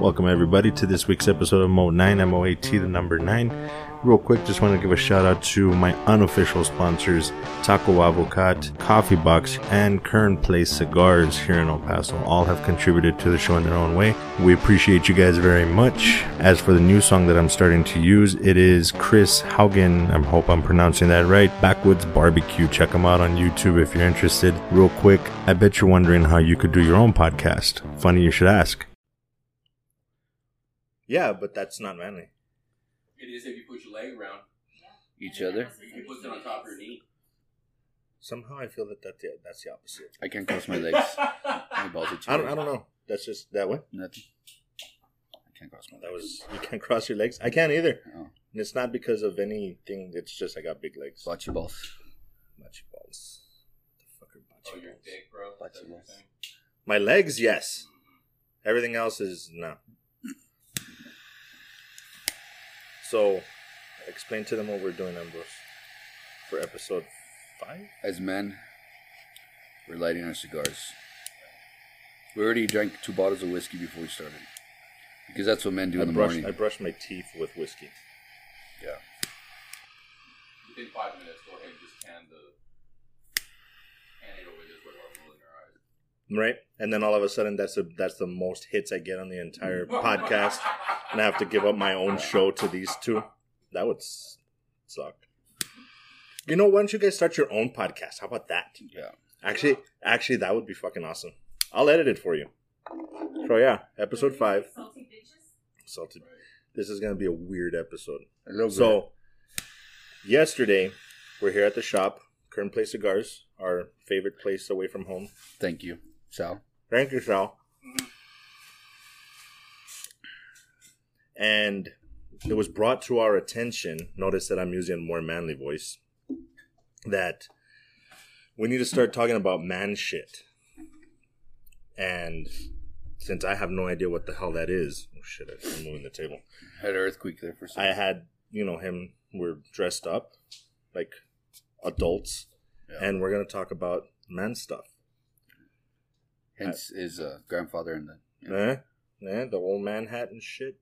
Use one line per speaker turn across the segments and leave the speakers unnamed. Welcome, everybody, to this week's episode of Mo 9, M O A T, the number 9. Real quick, just want to give a shout out to my unofficial sponsors, Taco Avocat, Coffee Box, and Kern Place Cigars here in El Paso. All have contributed to the show in their own way. We appreciate you guys very much. As for the new song that I'm starting to use, it is Chris Haugen. I hope I'm pronouncing that right. Backwoods Barbecue. Check them out on YouTube if you're interested. Real quick, I bet you're wondering how you could do your own podcast. Funny you should ask. Yeah, but that's not manly.
It is if you put your leg around.
each other.
You can put it on top of your knee.
Somehow I feel that that's the, that's the opposite.
I can't cross my legs. My balls are too
I don't,
big.
I don't know. That's just that way.
Nothing. I can't cross my
That
legs.
was you can't cross your legs. I can't either,
Oh,
and it's not because of anything. It's just I got big legs.
watch your balls.
Bocce balls. The fucker bocce
Oh, you're
balls.
dick, bro.
Watch
That's
your
what you're
legs.
saying.
My legs, yes. Everything else is no. So, explain to them what we're doing, Ambrose, for episode five.
As men, we're lighting our cigars. We already drank two bottles of whiskey before we started, because that's what men do
I
in the
brushed, I
morning.
brushed my teeth with whiskey.
Yeah.
Within five minutes, go ahead and just can the can it over this way while rolling our eyes.
Right, and then all of a sudden, that's the that's the most hits I get on the entire podcast, and I have to give up my own show to these two. That would s- suck. You know, why don't you guys start your own podcast? How about that?
Yeah.
Actually, actually, that would be fucking awesome. I'll edit it for you. So yeah, episode five,
Salty bitches.
salted. This is gonna be a weird episode.
A little bit.
So yesterday, we're here at the shop, Kern Place Cigars, our favorite place away from home.
Thank you, Sal.
Thank you, Sal. And it was brought to our attention. Notice that I'm using a more manly voice. That we need to start talking about man shit. And since I have no idea what the hell that is, oh shit, I'm moving the table.
Had an earthquake there for
I
a second.
had, you know, him. We're dressed up like adults,
Yeah.
and we're gonna talk about man stuff.
Hence his uh, grandfather and the.
Yeah. Eh? Eh? The old man hat and shit.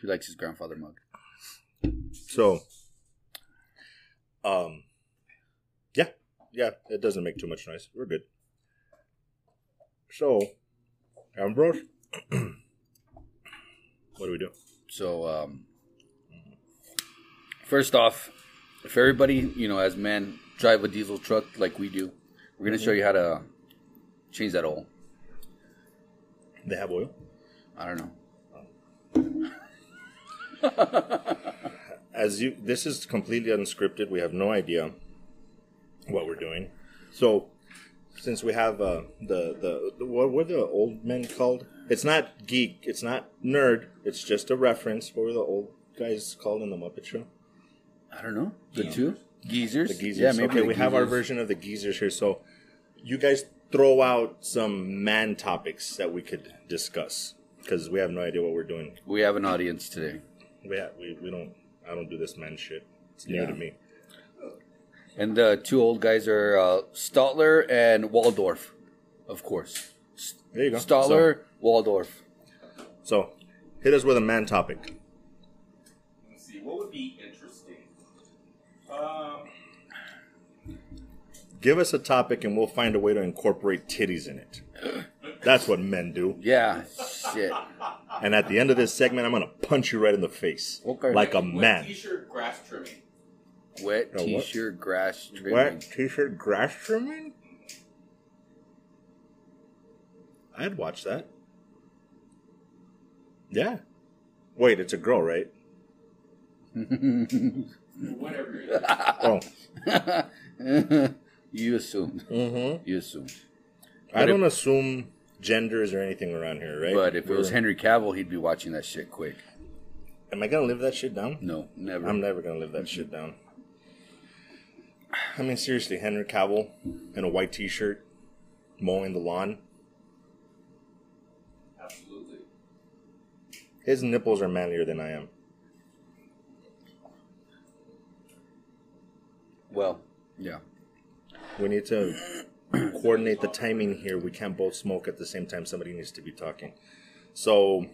He likes his grandfather mug.
So, um, yeah, yeah, it doesn't make too much noise. We're good. So, Ambrose, what do we do?
So, um, first off, if everybody, you know, as men, drive a diesel truck like we do, we're going to
Mm-hmm.
show you how to change that oil.
They have oil.
I don't know.
As you, this is completely unscripted. We have no idea what we're doing. So, since we have uh, the, the the what were the old men called? It's not geek. It's not nerd. It's just a reference. What were the old guys called in the Muppet Show?
I don't know. The two? Geezers?
The geezers.
Yeah, maybe
okay,
the
we have our
geezers.
version of the geezers here. So you guys throw out some man topics that we could discuss because we have no idea what we're doing.
We have an audience today.
We, ha- we we don't. I don't do this man shit. It's new
Yeah.
to me.
And the two old guys are uh, Stotler and Waldorf, of course.
There you go.
Stotler, Waldorf.
So, so hit us with a man topic.
Let's see, what would be interesting? Um,
Give us a topic and we'll find a way to incorporate titties in it. That's what men do.
Yeah, shit.
And at the end of this segment, I'm gonna punch you right in the face,
Okay.
like a
wet
man.
T-shirt grass trimming.
Wet
No, what?
t-shirt, grass, trimming.
What t-shirt grass trimming? I'd watch that. Yeah. Wait, it's a girl, right?
Whatever. It is.
Oh,
you assumed.
mm-hmm.
You assumed.
I don't assume genders or anything around here, right?
But if it was
We're-
Henry Cavill, he'd be watching that shit quick.
am I gonna live that shit down?
No, never.
I'm never gonna live that shit down. I mean, seriously, Henry Cavill in a white T-shirt mowing the lawn.
Absolutely.
His nipples are manlier than I am.
well, yeah.
We need to coordinate the timing here. We can't both smoke at the same time. Somebody needs to be talking.
So,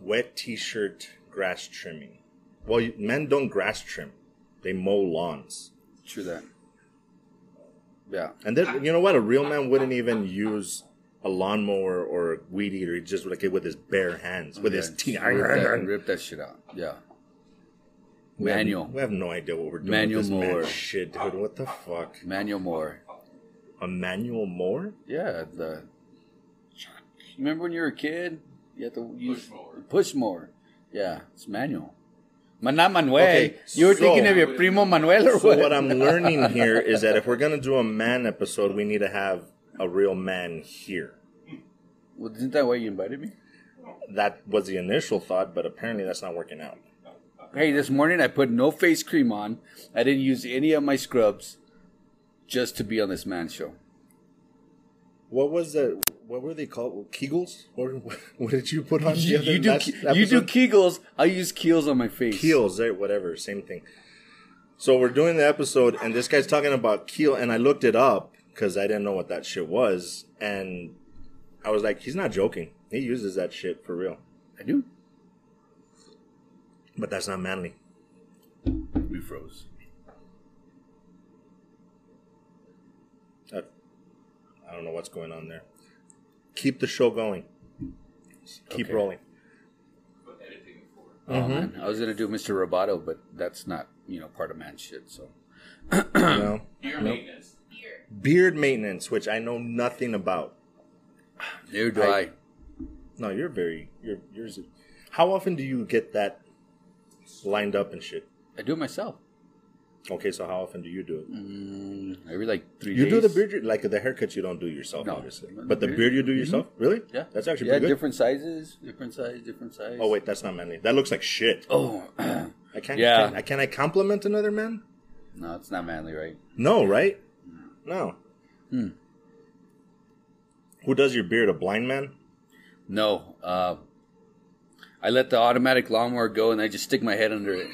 wet T-shirt grass trimming. Well, you- men don't grass trim; they mow lawns.
True that. Yeah.
And then you know what? A real man wouldn't even use a lawnmower or a weed eater. He'd just like it with his bare hands, with his
Yeah,
teeth.
Rip that, rip that shit out. Yeah.
We have-
Manual.
We have no idea what we're doing.
Manual
with this man's
mower.
Shit, dude. What the fuck?
Manual Moore.
A manual mower?
Yeah. The. Remember when you were a kid? You had to use
Push mower.
push mower. Yeah, it's manual. Man, not Manuel.
Okay,
you were
so-
thinking of your primo Manuel or
So
what?
what I'm learning here is that if we're gonna do a man episode, we need to have a real man here.
Well, isn't that why you invited me?
That was the initial thought, but apparently that's not working out.
Hey, this morning I put no face cream on. I didn't use any of my scrubs, just to be on this man show.
What was the? What were they called? Kegels? What, what, what did you put on? the
You,
other
you do
last
ke- you do
episode?
Kegels. I use Keels on my face.
Keels, eh, whatever, same thing. So we're doing the episode, and this guy's talking about Keel, and I looked it up because I didn't know what that shit was, and I was like, he's not joking. He uses that shit for real,
I do.
but that's not manly.
We froze.
I, I don't know what's going on there. Keep the show going. Keep
Okay.
rolling.
But editing for it.
Oh
Mm-hmm.
man, I was gonna do Mr. Roboto, but that's not you know part of man shit. So
You know?
Ear maintenance.
Beard maintenance, which I know nothing about.
there do
I-
I.
No, you're very you're yours. is- How often do you get that lined up and shit?
I do it myself.
Okay, so how often do you do it?
Mm, every like three.
You do
days.
the beard, like the haircuts, you don't do yourself,
No.
obviously.
The
But the
beard- Mm-hmm.
beard you do yourself, really?
Yeah,
that's actually
yeah.
pretty good.
Different sizes, different size, different size.
Oh wait, that's not manly. That looks like shit.
Oh
I can't.
Yeah.
Can, I, can I compliment another man?
no, it's not manly, right?
No, right? No.
Hmm.
Who does your beard? A blind man?
No. Uh, I let the automatic lawnmower go, and I just stick my head under it.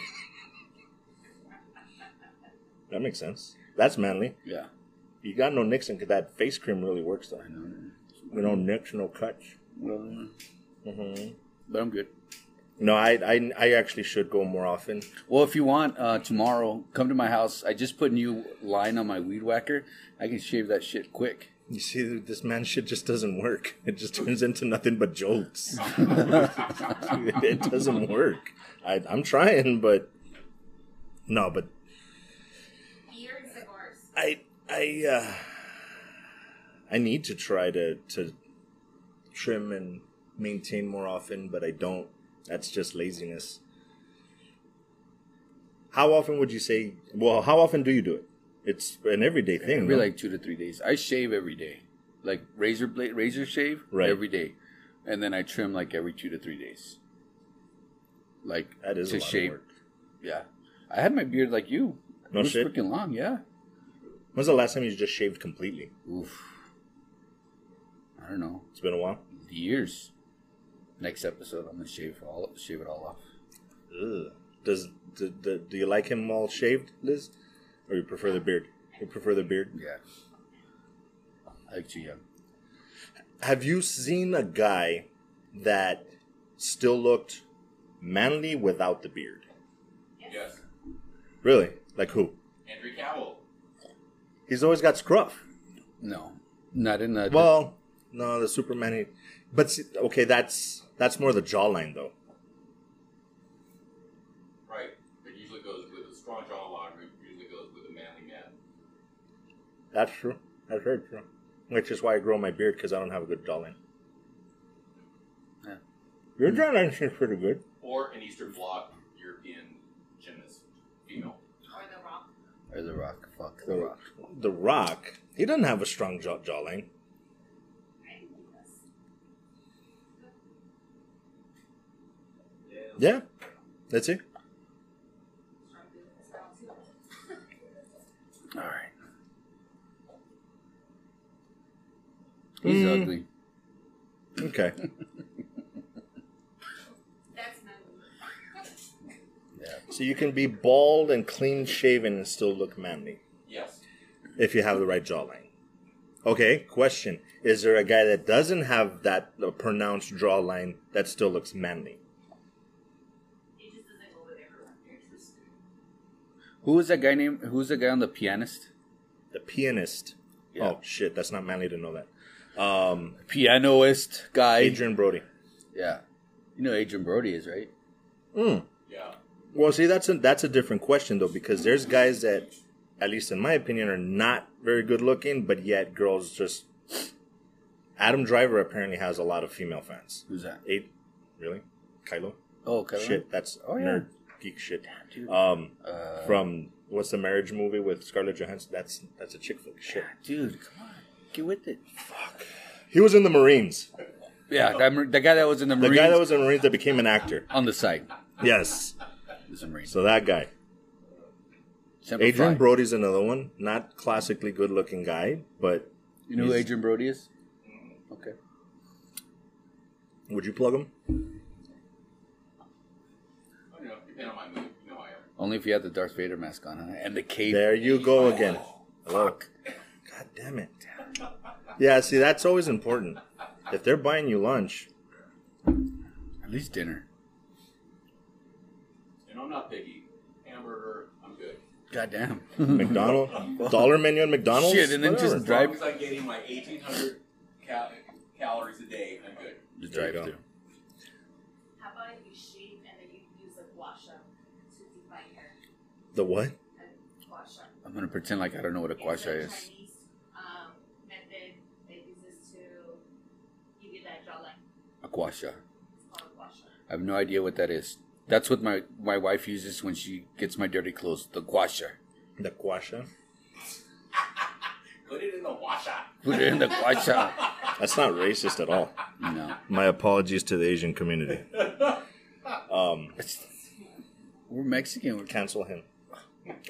That makes sense. That's manly.
Yeah.
You got no Nixon because that face cream really works though.
I know.
We don't nix no cuts.
Well,
hmm
but I'm good.
No, I, I I actually should go more often.
Well, if you want, uh, tomorrow come to my house. I just put new line on my weed whacker. I can shave that shit quick.
You see, this man shit just doesn't work. It just turns into nothing but jokes. it doesn't work. I, I'm trying, but no, but
Beer and cigars.
I I uh, I need to try to to trim and maintain more often, but I don't. That's just laziness. How often would you say? Well, how often do you do it? It's an everyday thing.
Every
no?
like two to three days. I shave every day, like razor blade, razor shave
Right.
every day, and then I trim like every two to three days. Like
that is
to
a lot
shave.
of work.
Yeah, I had my beard like you.
No
it was
shit.
freaking long. Yeah.
When's the last time you just shaved completely?
Oof. I don't know.
It's been a while.
Years. Next episode, I'm gonna shave all shave it all off.
Ugh. Does do, do, do you like him all shaved, Liz, or you prefer the beard? You prefer the beard.
Yeah. I like too young.
Have you seen a guy that still looked manly without the beard?
Yes.
Really? Like who?
Andrew Cowell.
He's always got scruff.
No, not in the
Well, no, the Superman. He, but see, okay, that's that's more the jawline though.
Right. It usually goes with a strong jawline. It usually goes with a manly man.
That's true. That's very true. Which is why I grow my beard because I don't have a good jawline.
Yeah.
Your jawline seems pretty good.
Or an Eastern Bloc European gymnast. Female.
or
Or the rock.
the rock. Fuck the rock.
The Rock. He doesn't have a strong jaw jawline.
I didn't think this.
Yeah, that's it.
I'm doing this now too.
All right. He's
Mm.
ugly.
Okay.
That's not me.
Yeah.
So you can be bald and clean shaven and still look manly
Yes.
if you have the right jawline. Okay, question. Is there a guy that doesn't have that uh, pronounced draw line that still looks manly?
It just doesn't go with everyone. Interesting.
Who was that guy named? Who was the guy on the pianist?
The pianist.
Yeah.
Oh, shit, that's not manly to know that. Um,
Pianoist guy.
Adrian Brody.
Yeah. You know who Adrian Brody is, right?
Mm.
Yeah.
Well, see, that's a, that's a different question though, because there's guys that, at least in my opinion, are not very good looking, but yet girls just. Adam Driver apparently has a lot of female fans.
Who's that?
Eight, really? Kylo?
Oh, Kevin.
Shit, that's
Oh, yeah.
nerd geek shit.
dude.
Um,
Uh,
from what's the marriage movie with Scarlett Johansson? That's that's a chick flick. Shit.
Dude, come on. Get with it.
He was in the Marines.
Yeah, that, mar- the guy that was in the
The
Marines
guy that was in the Marines that became an actor.
on the side
Yes.
is a Marine.
So that guy.
Semper
Adrian
Fi.
Brody's another one. Not classically good looking guy, but
You know who
He's-
Adrian Brody is? Okay.
would you plug him?
Oh, you know, depending on my mood, you know how I am.
Only if you had the Darth Vader mask on, huh? And the cape.
There you go again. Look. God damn it. Yeah, see, that's always important. If they're buying you lunch,
At least dinner.
And I'm not picky. Hamburger, I'm good.
Goddamn.
McDonald's, dollar menu at McDonald's.
Shit, and then just
whatever.
As
Drive-
long as I'm getting my 1,800 cal- calories a day, I'm good.
the
There you go.
drive-thru.
How about if you shave and then you use a wash up to define hair?
The what?
And wash up.
I'm gonna pretend like I don't know what a
It's a
quasha is.
Chinese um, method that uses to give you that draw line.
A quasha.
It's called wash up.
I have no idea what that is. That's what my, my wife uses when she gets my dirty clothes. The quasha.
The quasha?
Put it in the washer.
Put it in the quasha.
That's not racist at all.
No.
My apologies to the Asian community. Um,
It's- We're Mexican. We're
cancel him.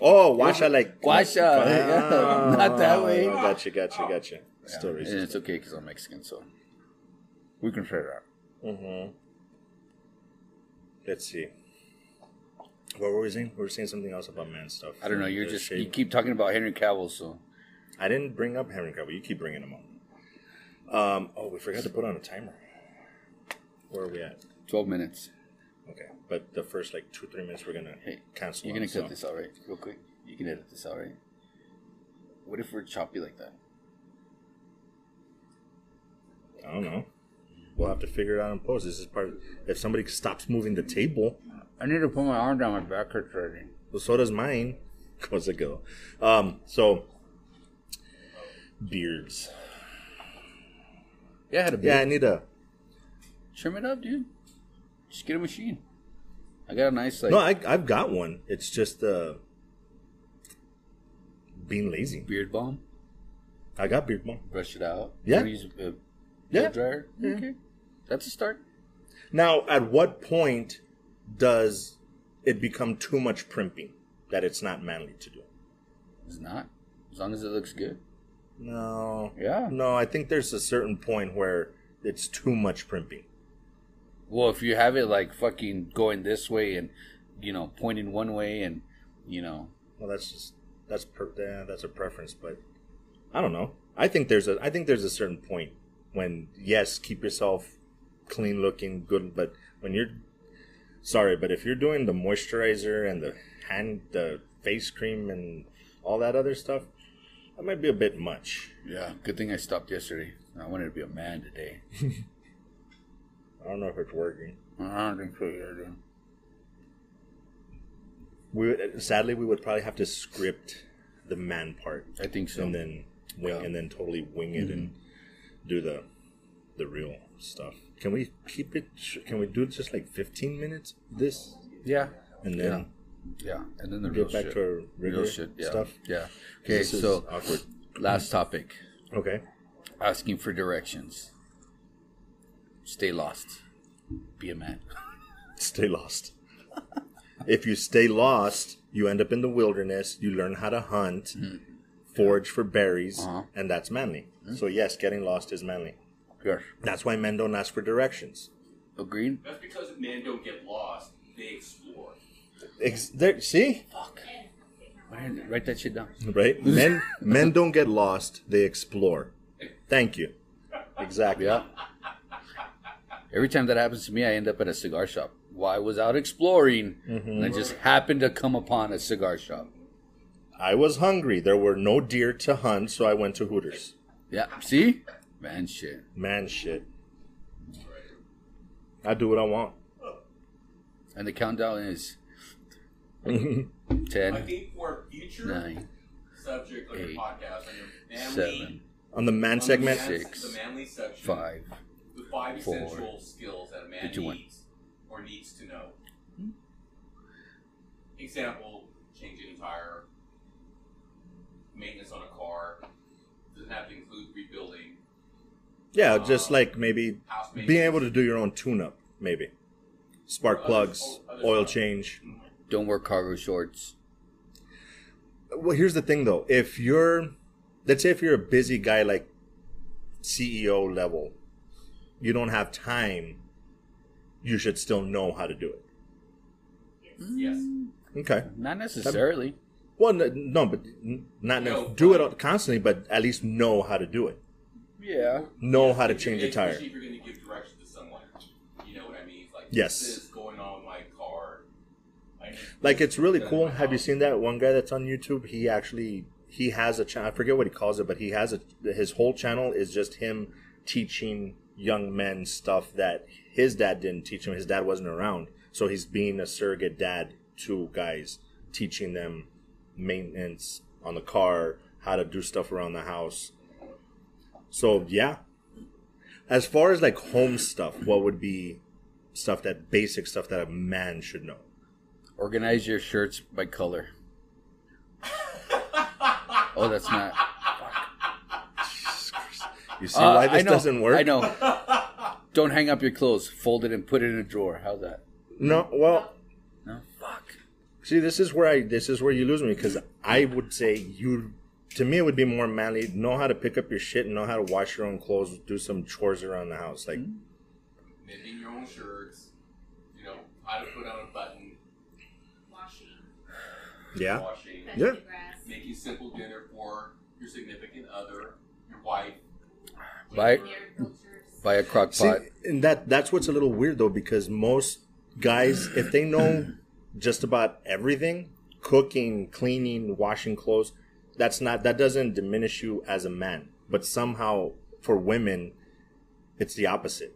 Oh, washa like
Washa, yeah, not that way.
Oh, Gotcha, gotcha, gotcha. Still
and
racist.
it's okay because I'm Mexican, so we can figure it out.
Mm-hmm. Let's see. What were we saying? We were saying something else about man stuff.
I don't know. You're
The
just
shape.
you keep talking about Henry Cavill, so
I didn't bring up Henry Cavill. You keep bringing him up. Um. Oh, we forgot to put on a timer. Where are we at?
twelve minutes.
Okay, but the first like two three minutes we're gonna
Hey,
cancel.
You're
on,
gonna cut
so-
this out, right? Real quick. You can edit this out, right? What if we're choppy like that?
I don't know. We'll have to figure it out in post. This is part. Of, if somebody stops moving the table,
I need to put my arm down. My back hurts already.
well, so does mine. What's it go? Um. So beards.
Yeah, I had a
Yeah,
yeah.
I need a.
Trim it up, dude. Just get a machine. I got a nice like
No, I, I've got one. It's just uh, being lazy.
beard balm.
I got beard balm.
Brush it out.
Yeah.
You wanna Use a, a
Yeah.
dryer. Okay. That's a start.
Now, at what point does it become too much primping that it's not manly to do?
It's not. As long as it looks good.
No.
Yeah.
No, I think there's a certain point where it's too much primping.
Well, if you have it like fucking going this way and you know pointing one way and you know
Well, that's just that's per, yeah, that's a preference, but I don't know. I think there's a I think there's a certain point when yes, keep yourself clean looking good, but when you're sorry, but if you're doing the moisturizer and the hand the face cream and all that other stuff, that might be a bit much.
yeah. Good thing I stopped yesterday. I wanted to be a man today.
I don't know if it's working.
I don't think so either.
We would- sadly we would probably have to script the man part
I think so.
and then wing
Yeah. Mm-hmm.
and then totally wing it and do the the real stuff. Can we keep it? sh- Can we do just like fifteen minutes of this
yeah,
and then
yeah, and then the real
get back
shit.
to our regular
real shit. Yeah,
stuff?
yeah.
'Cause
Okay,
this is
so
awkward.
last topic:
Okay,
asking for directions. Stay lost. Be a man.
stay lost. if you stay lost, you end up in the wilderness. You learn how to hunt, forage for berries,
Mm-hmm. Uh-huh. Mm-hmm.
and that's manly. So yes, getting lost is manly.
Yes.
That's why men don't ask for directions.
Agreed.
That's because men don't get lost, they explore.
Ex- there, see,
Write write that shit down.
right? Men men don't get lost; they explore. Thank you. Exactly.
Yeah. Every time that happens to me, I end up at a cigar shop. Well, I was out exploring,
Mm-hmm.
and I just happened to come upon a cigar shop.
I was hungry. There were no deer to hunt, so I went to Hooters.
Yeah, see, man, shit.
Man, shit. I do what I want.
And the countdown is
That's
I
ten,
think for a future
nine,
subject of your
eight,
podcast, on your manly,
seven,
On the man
on the
segment,
man's-
six,
the manly section,
five.
the five
four,
essential skills that a man
two, one.
needs or needs to know. Example: changing a tire, maintenance on a car. Doesn't have to include rebuilding
yeah, just like maybe
house maintenance.
being able to do your own tune-up, maybe spark
Other-
plugs,
other
oil
stuff.
change.
Don't wear cargo shorts.
Well, here's the thing though: if you're, let's say, if you're a busy guy like CEO level, you don't have time. You should still know how to do it.
Yes.
Okay.
Not necessarily.
Well, n- no, but n- not
No,
nec- do
but-
it constantly, but at least know how to do it.
Yeah.
Know how to
If you're-
change a tire.
especially If you're going to give directions to someone, you know what I mean. It's Like
Yes.
this is going on with my car. I need
Like it's really
Yeah,
cool.
my
Have you
house.
seen that one guy that's on YouTube? He actually he has a channel. I forget what he calls it, but he has a his whole channel is just him teaching young men stuff that his dad didn't teach him. His dad wasn't around, so he's being a surrogate dad to guys, teaching them maintenance on the car, how to do stuff around the house. So yeah, as far as like home stuff, what would be stuff that basic stuff that a man should know?
Organize your shirts by color. Oh, that's not.
You see
Uh,
why this
I know,
doesn't work?
I know. Don't hang up your clothes. Fold it and put it in a drawer. How's that?
No, well,
No. Fuck.
see, this is where I this is where you lose me because I would say you to me it would be more manly know how to pick up your shit and know how to wash your own clothes, do some chores around the house. Like,
Mm-hmm.
Mending your own shirts. You know how to put on a button.
Washing,
yeah,
Washing.
cutting
Yeah.
the grass.
Making simple dinner for your significant other, your wife.
Buy
air filters.
buy a crock
see,
pot.
and that that's what's a little weird though because most guys, if they know just about everything, cooking, cleaning, washing clothes, that's not that doesn't diminish you as a man. But somehow for women, it's the opposite.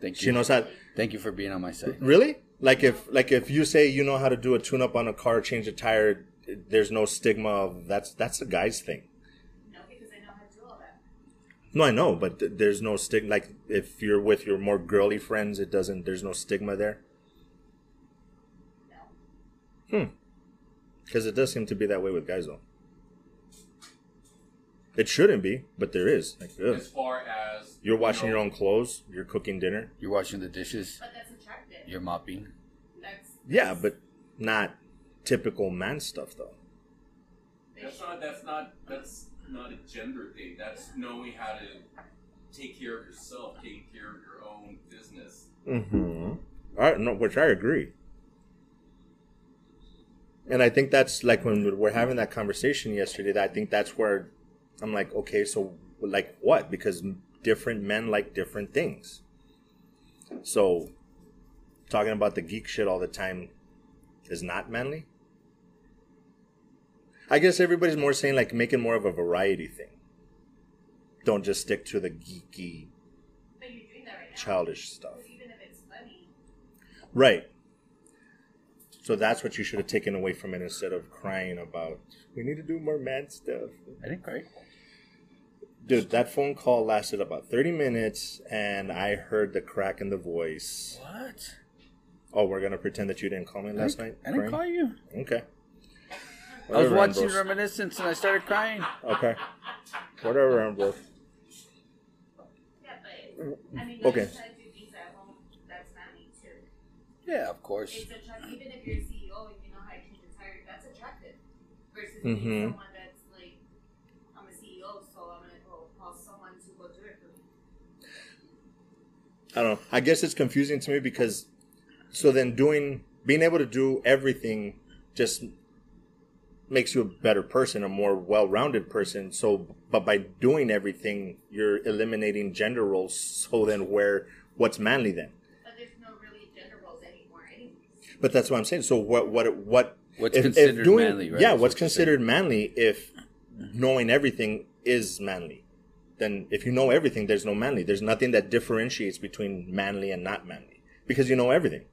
Thank
She
you.
knows how.
Thank you for being on my side.
Really? Like if like if you say you know how to do a tune up on a car, change a tire, there's no stigma of that's that's a guy's thing.
No, because I know how to do all that.
No, I know, but th- there's no stigma. Like if you're with your more girly friends, it doesn't. There's no stigma there
No.
because Hmm. it does seem to be that way with guys though. It shouldn't be, but there is. Like, ugh.
As far as
you're washing
you
your
know,
own clothes, you're cooking dinner.
You're washing the dishes.
But that's attractive.
You're mopping.
That's
Yeah, but not typical man stuff though.
they
That's
should-
not. That's not. That's not a gender thing. That's knowing how to take care of yourself, taking care of your own business.
Mm-hmm. I, no, which I agree. And I think that's like when we we're having that conversation yesterday. That I think that's where I'm like, okay, so like what? Because different men like different things. So talking about the geek shit all the time is not manly. I guess everybody's more saying like making more of a variety thing. Don't just stick to the geeky,
But you're doing that right now.
childish stuff.
Because even if it's funny,
Right. So that's what you should have taken away from it instead of crying about we need to do more man stuff.
I didn't cry.
Dude, that phone call lasted about 30 minutes and I heard the crack in the voice.
What?
Oh, we're going to pretend that you didn't call me last
I
night?
didn't, I didn't
Crying?
call you. I
Okay.
was
Whatever,
watching
Ambrose.
Reminiscence and I started crying.
Okay. Whatever, Ambrose.
yeah, but I mean,
Mm, Okay.
that's how to do things at home. That's manly too.
Yeah, of course.
It's attractive. Even if you're a CEO and you know how to change a tire, that's attractive. Versus
Mhm.
being someone that's like, I'm a CEO, so I'm gonna go call someone to go do it for me.
I don't know. I guess it's confusing to me because so then doing being able to do everything just makes you a better person, a more well-rounded person. So, but by doing everything, you're eliminating gender roles. So then, where what's manly then?
But there's no really gender roles anymore, anyways.
But that's what I'm saying. So what what what
What's considered manly, right?
Yeah,
That's
what's
what you're saying.
considered manly if knowing everything is manly. Then if you know everything, there's no manly. There's nothing that differentiates between manly and not manly because you know everything.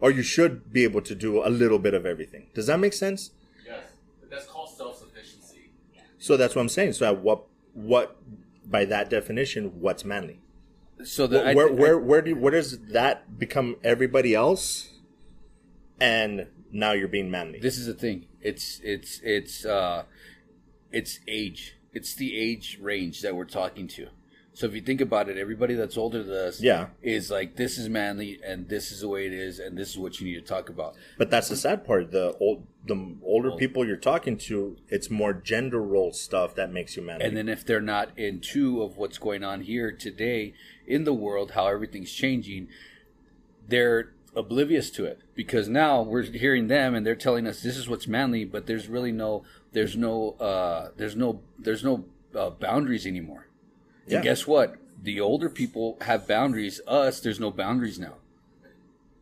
Or you should be able to do a little bit of everything. Does that make sense?
Yes, but that's called self-sufficiency.
So that's what I'm saying. So at what what by that definition, what's manly?
So the, I
Where
thi-
where,
I-
where where do where does that become everybody else? And now you're being manly.
this is the thing. It's it's it's uh, it's age. It's the age range that we're talking to. So if you think about it, everybody that's older than us,
Yeah.
is like this is manly and this is the way it is and this is what you need to talk about.
But that's the sad part. The old, the older people you're talking to, it's more gender role stuff that makes you manly.
And then if they're not in two of what's going on here today in the world, how everything's changing, they're oblivious to it because now we're hearing them and they're telling us this is what's manly, but there's really no, there's no, uh, there's no, there's no uh, boundaries anymore.
Yeah.
And guess what? The older people have boundaries. Us, there's no boundaries now.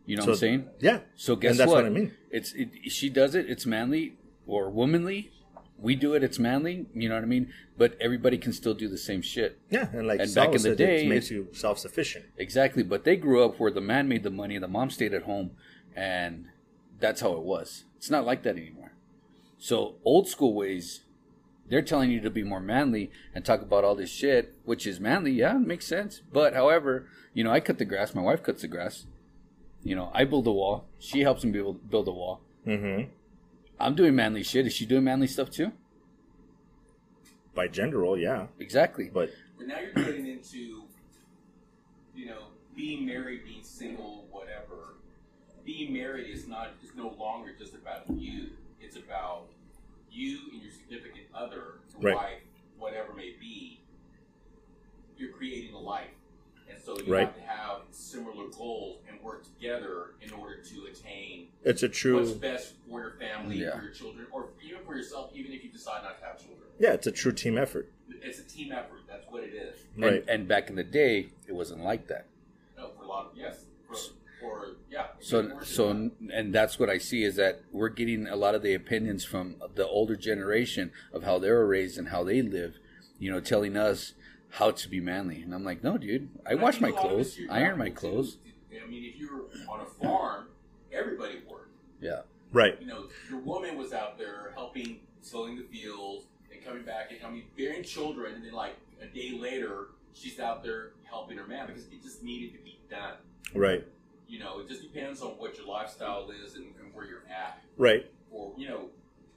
You know what I'm
So-
saying?
yeah.
So guess
and that's what?
what?
I mean.
It's it, she does it. It's manly or womanly. We do it. It's manly. You know what I mean? But everybody can still do the same shit.
Yeah, and like
And
Sal
back in the
said,
day,
it makes
it-
you self sufficient.
Exactly. But they grew up where the man made the money, the mom stayed at home, and that's how it was. It's not like that anymore. So old school ways, they're telling you to be more manly and talk about all this shit, which is manly. Yeah, it makes sense. But however, you know, I cut the grass. My wife cuts the grass. You know, I build a wall. She helps me build build a wall.
Mm-hmm.
I'm doing manly shit. Is she doing manly stuff too?
By gender role, yeah,
Exactly.
but
But now you're getting into, you know, being married, being single, whatever. Being married is not is no longer just about you. It's about you and your significant other, your
Right.
wife, whatever may be. You're creating a life, and so you
Right.
have to have similar goals and work together in order to attain
it's a
what's
true,
best for your family,
Yeah.
for your children, or even for yourself. Even if you decide not to have children,
yeah, it's a true team effort,
it's a team effort. That's what it is.
right?
And, and back in the day, it wasn't like that.
No, for a lot of yes, for, for yeah.
So, so, and that's what I see is that we're getting a lot of the opinions from the older generation of how they were raised and how they live. You know, telling us how to be manly, and I'm like, no, dude. I wash my clothes. I iron my clothes.
I mean, if you're on a farm, everybody worked.
Yeah,
right.
You know, your woman was out there helping, sowing the fields, and coming back and I mean, bearing children, and then like a day later, she's out there helping her man because it just needed to be done.
Right,
You know, it just depends on what your lifestyle is and, and where you're at,
right.
or you know,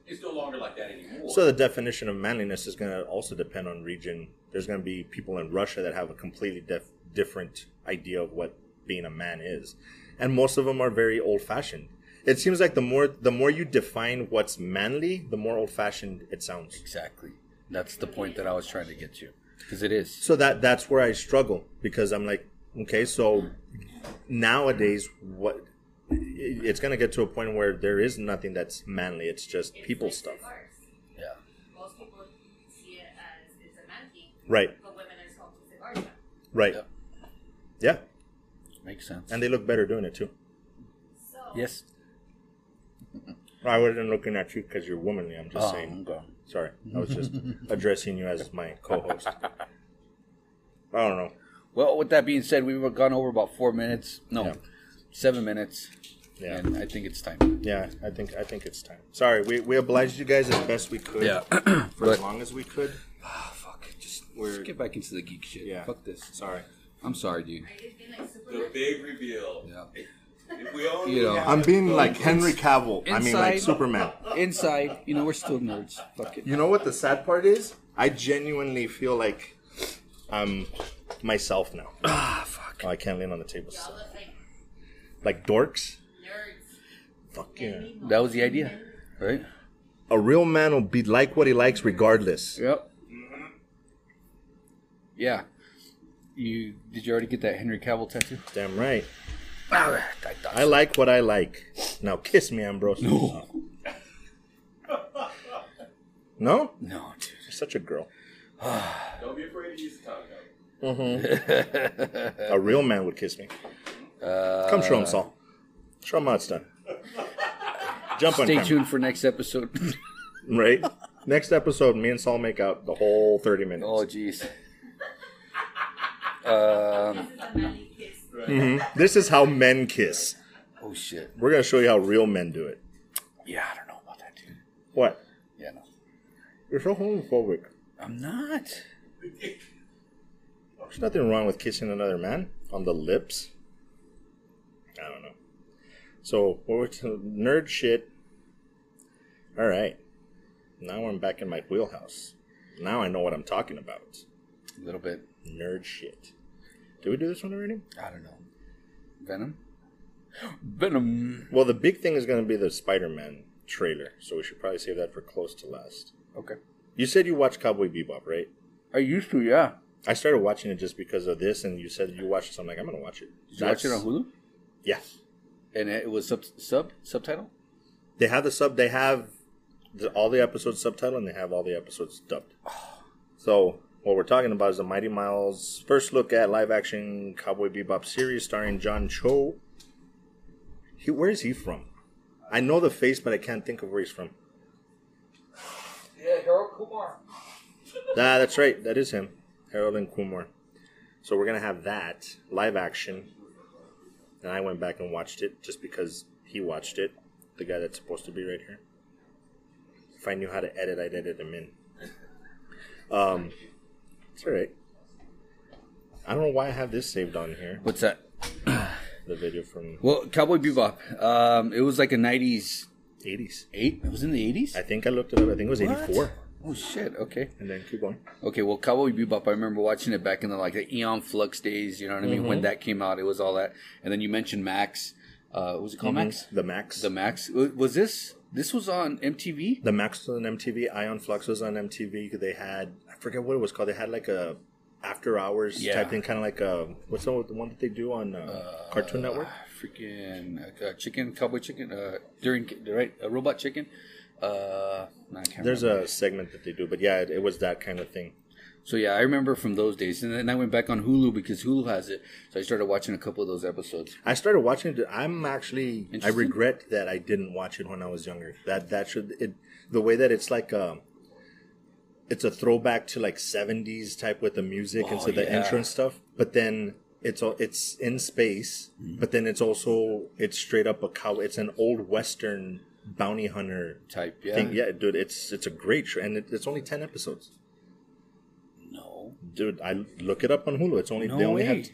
it's no longer like that anymore.
So the definition of manliness is going to also depend on region. There's going to be people in Russia that have a completely def- different idea of what being a man is, and most of them are very old fashioned. It seems like the more the more you define what's manly, the more old fashioned it sounds.
exactly. That's the point that I was trying to get to, because it is.
So that that's where I struggle because I'm like, okay, so nowadays what it- it's going to get to a point where there is nothing that's manly. It's just
It's
people
like
stuff,
divorce.
Yeah.
Most people see it as it's a man thing,
right?
but women are told to divorce them.
Right?
Yep.
Yeah,
Makes sense.
and they look better doing it too.
So
yes.
I wasn't looking at you because you're womanly. I'm just
Oh,
saying.
okay.
Sorry, I was just addressing you as my co-host. I don't know.
Well, with that being said, we've gone over about four minutes. No,
Yeah.
seven minutes.
Yeah,
And I think it's time.
yeah. I think I think it's time. Sorry, we, we obliged you guys as best we could. for as
but-
long as we could.
Oh, fuck. Just,
We're-
just get back into the geek shit.
Yeah.
Fuck this.
Sorry,
I'm sorry, dude.
are you being like super
the big reveal.
Yeah.
If we only
You know.
had
I'm being
those-
like Henry Cavill. I mean, like
Inside-
Superman.
Inside, you know, we're still nerds. Fuck it.
You know what the sad part is? I genuinely feel like I'm myself now. Ah, fuck. Oh, I can't lean on the table.
Y'all look like
Like dorks.
nerds.
Fuck yeah.
That was the idea, right?
A real man will be like what he likes regardless.
Yep. Yeah. You did you already get that Henry Cavill tattoo?
Damn right.
I thought
I like what I like. Now kiss me, Ambrose.
No.
No,
No,
you're such a girl.
Don't be afraid to use the tongue. though.
dude.
A real man would kiss me.
uh,
Come show him, Saul. Show him how it's done. Jump on
Stay
camera.
tuned for next episode.
Right. Next episode, me and Saul make out the whole thirty minutes.
oh, jeez. Um,
This is a manly kiss.
Mhm. This is how men kiss.
oh shit.
We're gonna show you how real men do it.
Yeah, I don't know about that, dude.
What?
Yeah, no,
You're so homophobic.
I'm not.
There's nothing wrong with kissing another man on the lips. I don't know. So what we're to nerd shit. All right. Now I'm back in my wheelhouse. Now I know what I'm talking about.
A little bit.
Nerd shit. Did we do this one already?
I don't know. Venom. Venom.
Well, the big thing is going to be the Spider-Man trailer, so we should probably save that for close to last.
Okay.
You said you watched Cowboy Bebop, right?
I used to, yeah.
I started watching it just because of this, and you said you watched it, so I'm like, I'm going to watch it.
Did you watch it on Hulu?
Yeah.
And it was sub sub subtitle.
They have the sub. They have the, all the episodes subtitled, and they have all the episodes dubbed. So what we're talking about is the Mighty Miles first look at live action Cowboy Bebop series starring John Cho. He, where is he from? I know the face, but I can't think of where he's from.
Yeah, Harold Kumar.
Ah, that's right. That is him, Harold and Kumar. So we're gonna have that live action. And I went back and watched it just because he watched it. The guy that's supposed to be right here. If I knew how to edit, I'd edit him in. Um, it's all right. I don't know why I have this saved on here.
What's that?
The video from
Well, Cowboy Bebop. Um, it was like a '90s
'80s.
eight. It was in the '80s.
I think I looked it up. I think it was '84.
Oh shit. Okay.
And then keep going.
Okay, well, Cowboy Bebop, I remember watching it back in the like the Eon Flux days. You know what I mean? When that came out, it was all that. And then you mentioned Max. Uh, what was it called Max?
The Max.
The Max W- was this? This was on MTV.
The Max was on MTV. Ion Flux was on MTV. They had I forget what it was called. They had like a after hours
Yeah.
type thing, kind of like a what's the the one that they do on uh, Cartoon
Uh,
Network?
Freaking uh, chicken, cowboy chicken. Uh, during right, a robot chicken. Uh, no, I can't
There's
remember.
a segment that they do, but yeah, it, it was that kind of thing.
So yeah, I remember from those days, and then I went back on Hulu because Hulu has it. So I started watching a couple of those episodes.
I started watching it. I'm actually I
Interesting.
regret that I didn't watch it when I was younger. That that should it the way that it's like um it's a throwback to like 70s type with the music and
Oh,
so the
yeah.
intro and stuff, but then it's all it's in space,
Mm-hmm.
but then it's also it's straight up a cow it's an old western bounty hunter
Type yeah,
thing. Yeah, dude, it's it's a great show and it, it's only 10 episodes.
no,
Dude, I look it up on Hulu. It's only
no
they only
way,
have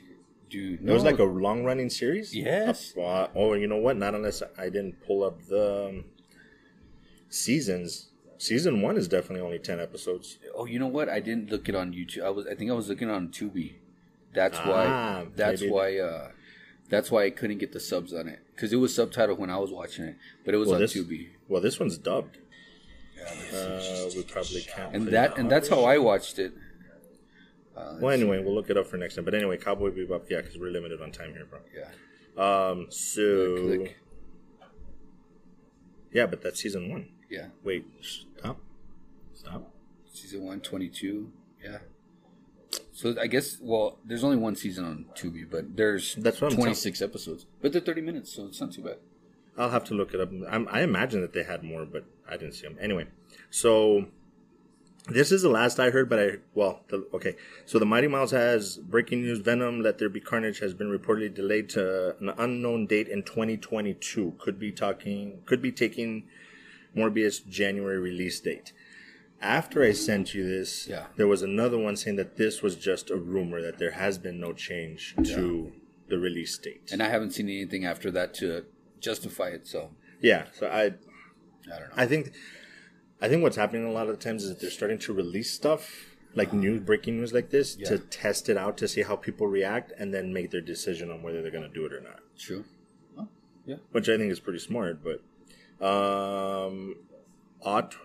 dude.
it was like a long running series.
Yes.
Uh, oh, you know what? Not unless I didn't pull up the um, seasons. Season one is definitely only ten episodes.
Oh, you know what? I didn't look it on YouTube. I was I think I was looking on Tubi. That's why.
Ah,
That's
maybe-
why. uh That's why I couldn't get the subs on it because it was subtitled when I was watching it, but it was
Well,
on
this
Tubi.
well, this one's dubbed. Uh, we probably can't.
And
play
that and that's how I watched it. Uh,
Well, anyway, we'll look it up for next time. But anyway, Cowboy Bebop, yeah, because we're limited on time here, bro.
yeah.
Um, so
Click.
yeah, but that's season one.
Yeah.
Wait, stop, stop.
Season one, 22. Yeah. So I guess well, there's only one season on Tubi, but there's
That's what I'm
twenty six episodes, but they're thirty minutes, so it's not too bad.
I'll have to look it up. I'm, I imagine that they had more, but I didn't see them. Anyway, so this is the last I heard, but I well, the, okay. So the Mighty Mouse has breaking news: Venom, Let There Be Carnage has been reportedly delayed to an unknown date in 2022. Could be talking, could be taking Morbius January release date. After I sent you this,
Yeah.
there was another one saying that this was just a rumor that there has been no change to the release date.
And I haven't seen anything after that to justify it, so
yeah, so I
I don't know.
I think I think what's happening a lot of the times is that they're starting to release stuff like news breaking news like this
Yeah.
to test it out to see how people react and then make their decision on whether they're going to do it or not
True.
which i think is pretty smart but um Ot-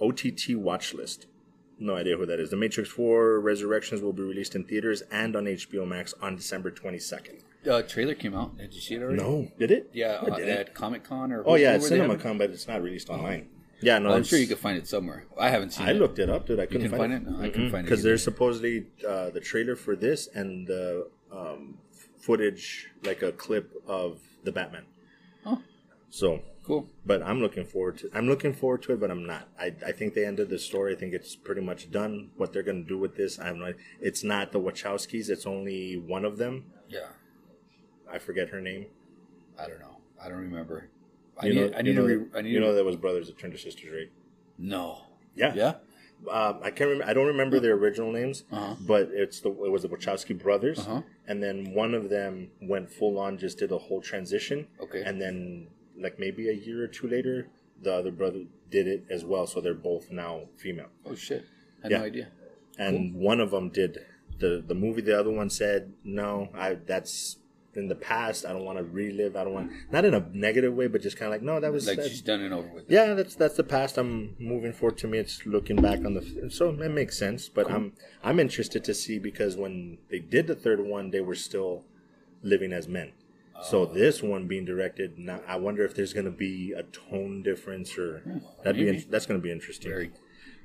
ott watch list no idea who that is the matrix 4 resurrections will be released in theaters and on hbo max on december 22nd
Uh, trailer came out. Did you see it already?
no did it
Yeah,
Oh,
uh,
did it?
at Comic Con or
oh yeah
where
it's
they have it?
cinemacon but it's not released online Yeah, no,
Well, I'm
it's-
sure you can find it somewhere. I haven't seen
I
it.
looked it up, dude. I couldn't
can
find,
find it? No, I couldn't find it
because
either.
there's supposedly uh, the trailer for this and the um, f- footage, like a clip of the Batman.
Oh.
So,
Cool.
but I'm looking forward to. I'm looking forward to it, but I'm not. I, I think they ended the story. I think it's pretty much done. What they're gonna do with this, I'm not. It's not the Wachowskis. It's only one of them.
Yeah.
I forget her name.
I don't know. I don't remember. I
You
need.
know,
I
you
need
know,
to. Re-
that-
I need.
you
to-
know that was brothers that turned to sisters, right?
no.
Yeah.
Yeah.
Um, I can't remember. I don't remember their original names,
Uh-huh.
but it's the it was the Wachowski brothers,
Uh-huh.
and then one of them went full on, just did a whole transition,
Okay.
and then like maybe a year or two later, the other brother did it as well. So they're both now female,
oh shit. I had
Yeah.
no idea.
and one of them did the the movie. The other one said, "No, I that's." In the past, I don't want to relive. I don't want not in a negative way, but just kind of like no, that was
Like
that's-
she's done and over with.
yeah, that's that's the past. I'm moving forward. To me, it's looking back on the so it makes sense. But I'm I'm interested to see because when they did the third one, they were still living as men. so
Oh.
this one being directed now, I wonder if there's going to be a tone difference or that'd be
Hmm, maybe.
in, that's going to be interesting.
Very.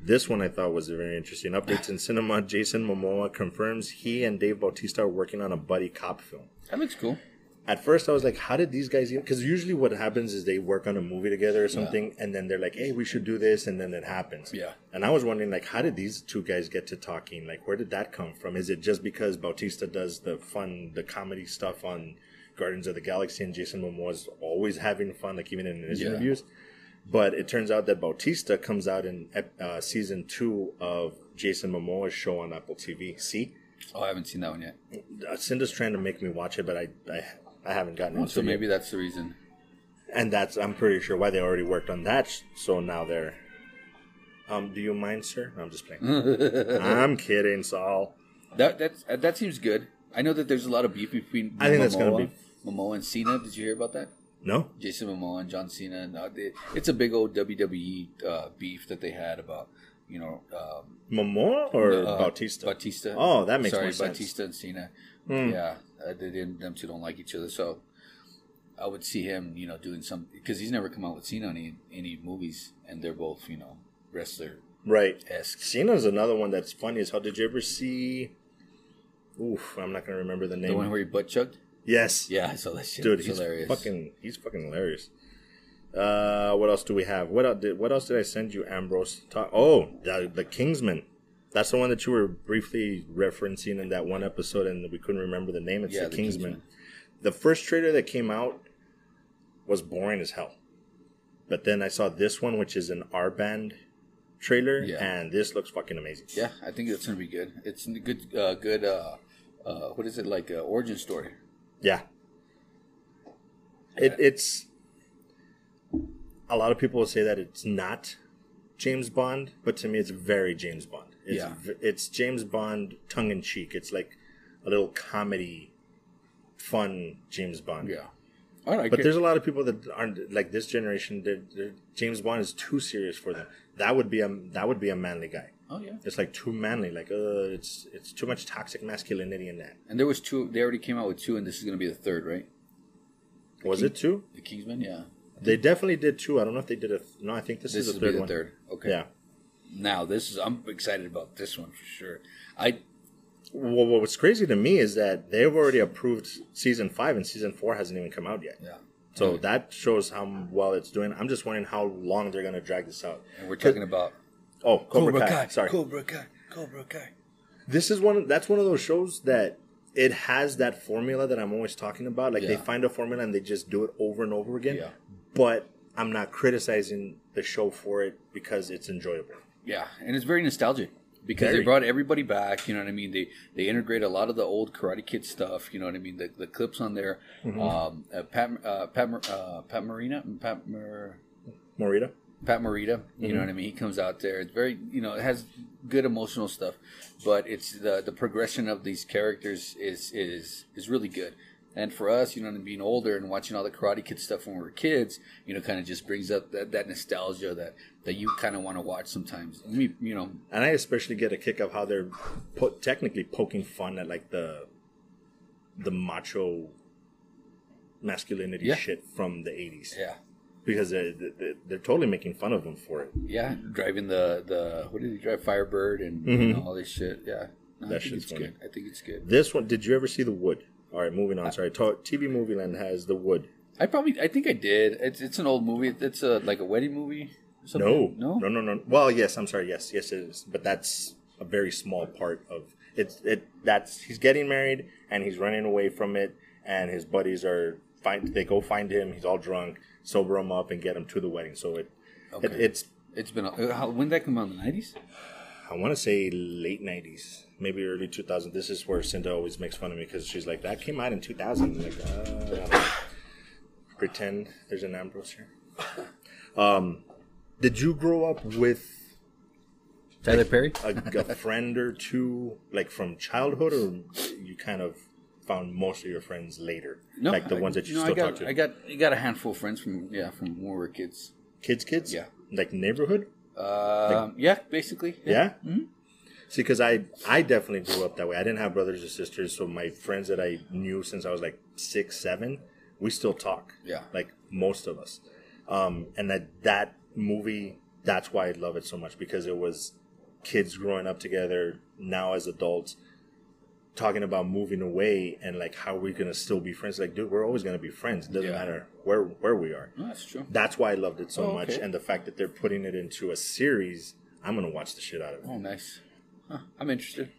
This one I thought was very interesting. Updates in cinema: Jason Momoa confirms he and Dave Bautista are working on a buddy cop film
That looks cool.
at first I was like, how did these guys even? Because usually what happens is they work on a movie together or something, and then they're like, hey, we should do this, and then it happens.
Yeah.
And I was wondering, like, how did these two guys get to talking? Like, where did that come from? Is it just because Bautista does the fun, the comedy stuff on Guardians of the Galaxy, and Jason Momoa's always having fun, like even in his
Yeah.
interviews? But it turns out that Bautista comes out in ep- uh, season two of Jason Momoa's show on Apple TV. See,
Oh, I haven't seen that one yet.
uh, Cinda's trying to make me watch it, but I, I, I haven't gotten into
so
it. yet
maybe that's the reason.
and that's I'm pretty sure why they already worked on that. sh- So now they're. Um, do you mind, sir? I'm just playing.
that
I'm kidding, Saul.
that's uh, that seems good. I know that there's a lot of beef between.
I think that's gonna
Momoa-
be-
Momoa and Cena. Did you hear about that?
No,
Jason Momoa and John Cena. And, uh, they, it's a big old WWE uh, beef that they had about you know um,
Momoa or
uh,
Bautista?
Bautista.
Oh, that makes
Sorry,
more sense.
Bautista and Cena.
Hmm.
Yeah, uh, they didn't. Them two don't like each other, so I would see him, you know, doing some because he's never come out with Cena on any, any movies, and they're both, you know, wrestler
Right.
esque.
Cena's another one that's funny as hell. Did you ever see? Oof, I'm not gonna remember the name.
The one where he butt chugged.
yes,
Yeah, I saw that shit.
dude,
It's
he's
hilarious.
fucking, he's fucking hilarious. Uh, what else do we have? What else did What else did I send you, Ambrose? Ta- oh, the, the Kingsman. That's the one that you were briefly referencing in that one episode, and we couldn't remember the name. It's
Yeah,
the,
The
Kingsman.
Kingsman.
The first trailer that came out was boring as hell, but then I saw this one, which is an R band trailer,
Yeah.
and this looks fucking amazing.
Yeah, I think that's gonna be good. It's a good, uh, good. Uh, uh, what is it like? Uh, origin story.
Yeah. It, it's a lot of people will say that it's not James Bond, but to me, it's very James Bond. It's,
Yeah.
v- it's James Bond tongue in cheek. It's like a little comedy, fun James Bond.
Yeah. All right.
But
good.
there's a lot of people that aren't like this generation. They're, they're- James Bond is too serious for them. That would be a that would be a manly guy.
Oh yeah.
It's like too manly. Like uh, it's it's too much toxic masculinity in that.
And there was two. They already came out with two, and this is gonna be the third, right?
Was it too?
The Kingsman. Yeah.
They definitely did two. I don't know if they did a. Th- no, I think this,
This is
is the
be
third
the
one.
third. Okay.
Yeah.
Now this is. I'm excited about this one for sure. I
Well, what was crazy to me is that they've already approved season five, and season four hasn't even come out yet.
yeah.
So that shows how well it's doing. I'm just wondering how long they're going to drag this out.
And we're talking about
Oh, Cobra, Kai. Sorry,
Cobra Kai. Cobra Kai.
this is one. That's one of those shows that it has that formula that I'm always talking about. Like they
Yeah.
find a formula and they just do it over and over again.
Yeah.
But I'm not criticizing the show for it because it's enjoyable.
Yeah, and it's very nostalgic because
Very.
they brought everybody back. You know what I mean? They they integrate a lot of the old Karate Kid stuff. You know what I mean? The, the clips on there. Um, uh, Pat uh, Pat Mar- uh, Pat Marina Pat Mar-
Morita.
Pat Morita. You know what I mean? He comes out there. It's very, you know, it has good emotional stuff, but it's the the progression of these characters is is is really good. And for us, you know, and being older and watching all the Karate Kid stuff when we were kids, you know, kind of just brings up that, that nostalgia that that you kind of want to watch sometimes. We, you know,
and I especially get a kick of how they're po- technically poking fun at like the the macho masculinity
Yeah.
shit from the eighties.
yeah,
because they're, they're, they're totally making fun of him for it.
Yeah, driving the the what did he drive? Firebird and you
Mhm.
know, all this shit. Yeah, No, I think
That shit's
it's
funny.
good. I think it's good.
This one, did you ever see The Wood? All right, moving on. Sorry, Ta- TV Movie Land has The Wood.
I probably I think I did. It's it's an old movie. It's a like a wedding movie. or
No,
something. no,
no, no, no. Well, yes, I'm sorry. Yes, yes, it is. But that's a very small part of it's. It that's he's getting married and he's running away from it, and his buddies are find. They go find him. He's all drunk, sober him up, and get him to the wedding. So it,
Okay.
it it's.
It's been a, uh, how, when did that come out in the nineties?
I want to say late '90s, maybe early 2000. This is where Cinda always makes fun of me because she's like, "That came out in 2000." I'm like, uh, I don't know. pretend there's an Ambrose here. Um, did you grow up with
Tyler Perry.
a, a friend or two, like from childhood, or you kind of found most of your friends later, like the
I-
ones that you
no,
still
I got,
talk to.
I got I got a handful of friends from yeah from when we were kids.
kids, kids,
Yeah.
like neighborhood,
Uh, yeah, Mm-hmm. basically.
yeah. See, because I I definitely grew up that way. I didn't have brothers or sisters, so my friends that I knew since I was like six, seven, we still talk.
Yeah.
like most of us. Um, and that that movie, that's why I love it so much because it was kids growing up together now as adults talking about moving away and like how we're gonna still be friends. Like, dude, we're always gonna be friends. It doesn't
Yeah.
matter where where we are.
No, that's true.
That's why I loved it so
Oh,
much,
okay.
and the fact that they're putting it into a series, I'm gonna watch the shit out of it.
Oh, nice. Huh, I'm interested.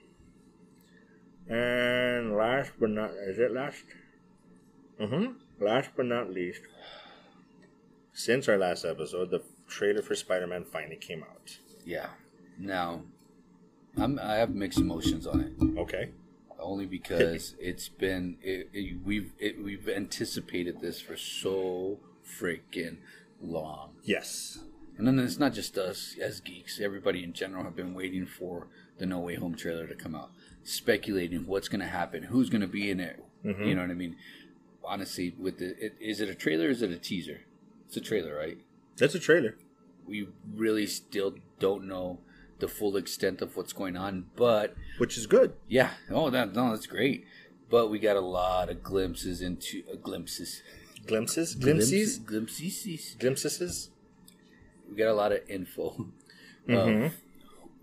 And last but not is it last? Mm-hmm. Last but not least, since our last episode, the trailer for Spider-Man finally came out.
Yeah. Now, I'm I have mixed emotions on it.
Okay.
only because it's been it, it, we've it, we've anticipated this for so freaking long,
Yes.
and then it's not just us as geeks. Everybody in general have been waiting for the No Way Home trailer to come out, speculating what's going to happen, who's going to be in it. You know what I mean? Honestly, with the it, is it a trailer? Or is it a teaser? It's a trailer, right?
That's a trailer.
We really still don't know the full extent of what's going on, but
Which is good.
yeah. Oh, that no, that's great. But we got a lot of glimpses into uh, glimpses,
Glimpses? Glimpses?
glimpses.
Glimpses?
We got a lot of info of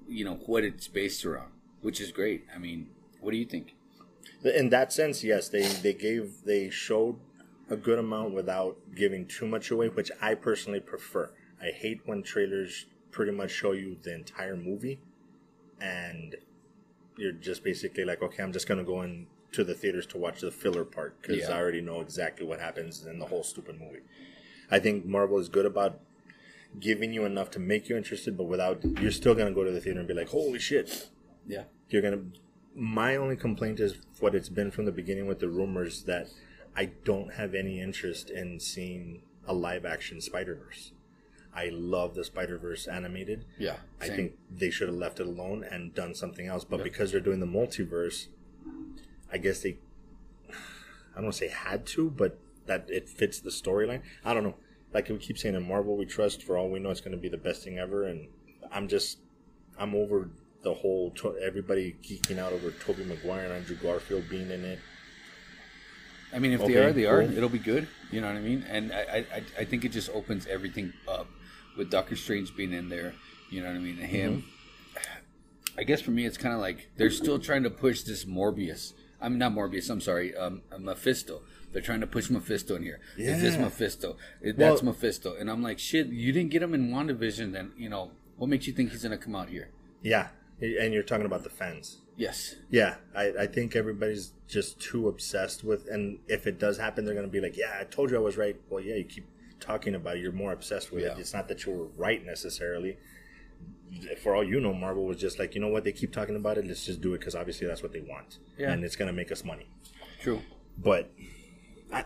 you know what it's based around, which is great. I mean, what do you think?
In that sense, yes, they, they gave they showed a good amount without giving too much away, which I personally prefer. I hate when trailers pretty much show you the entire movie and you're just basically like, okay, I'm just gonna go in to the theaters to watch the filler part because
Yeah.
I already know exactly what happens in the whole stupid movie. I think Marvel is good about giving you enough to make you interested, but without you're still gonna go to the theater and be like, holy shit,
Yeah.
you're gonna my only complaint is what it's been from the beginning with the rumors that i don't have any interest in seeing a live action spider-verse i love the spider-verse animated
Yeah.
i
same.
think they should have left it alone and done something else but because they're doing the multiverse i guess they i don't want to say had to but that it fits the storyline i don't know like we keep saying in marvel we trust for all we know it's going to be the best thing ever and i'm just I'm over the whole to- everybody geeking out over Toby Maguire and Andrew Garfield being in it.
I mean, if
Okay,
they are, they are.
cool.
It'll be good. You know what I mean? And I, I, I- I think it just opens everything up with Doctor Strange being in there. You know what I mean? And him.
Mm-hmm.
I guess for me, it's kind of like they're still trying to push this Morbius. I'm not Morbius. I'm sorry. Um, Mephisto. They're trying to push Mephisto in here. Is this
Yeah.
Mephisto? Is- That's
Well-
Mephisto. And I'm like, shit. You didn't get him in WandaVision. Then you know what makes you think he's gonna come out here?
Yeah, and you're talking about the fans.
Yes.
Yeah, I, I think everybody's just too obsessed with, and if it does happen, they're gonna be like, "Yeah, I told you I was right." Well, yeah, you keep talking about it. You're more obsessed with
Yeah.
it. It's not that you were right necessarily. For all you know, Marvel was just like, you know what? They keep talking about it. Let's just do it because obviously that's what they want,
Yeah.
and it's gonna make us money.
True.
but I,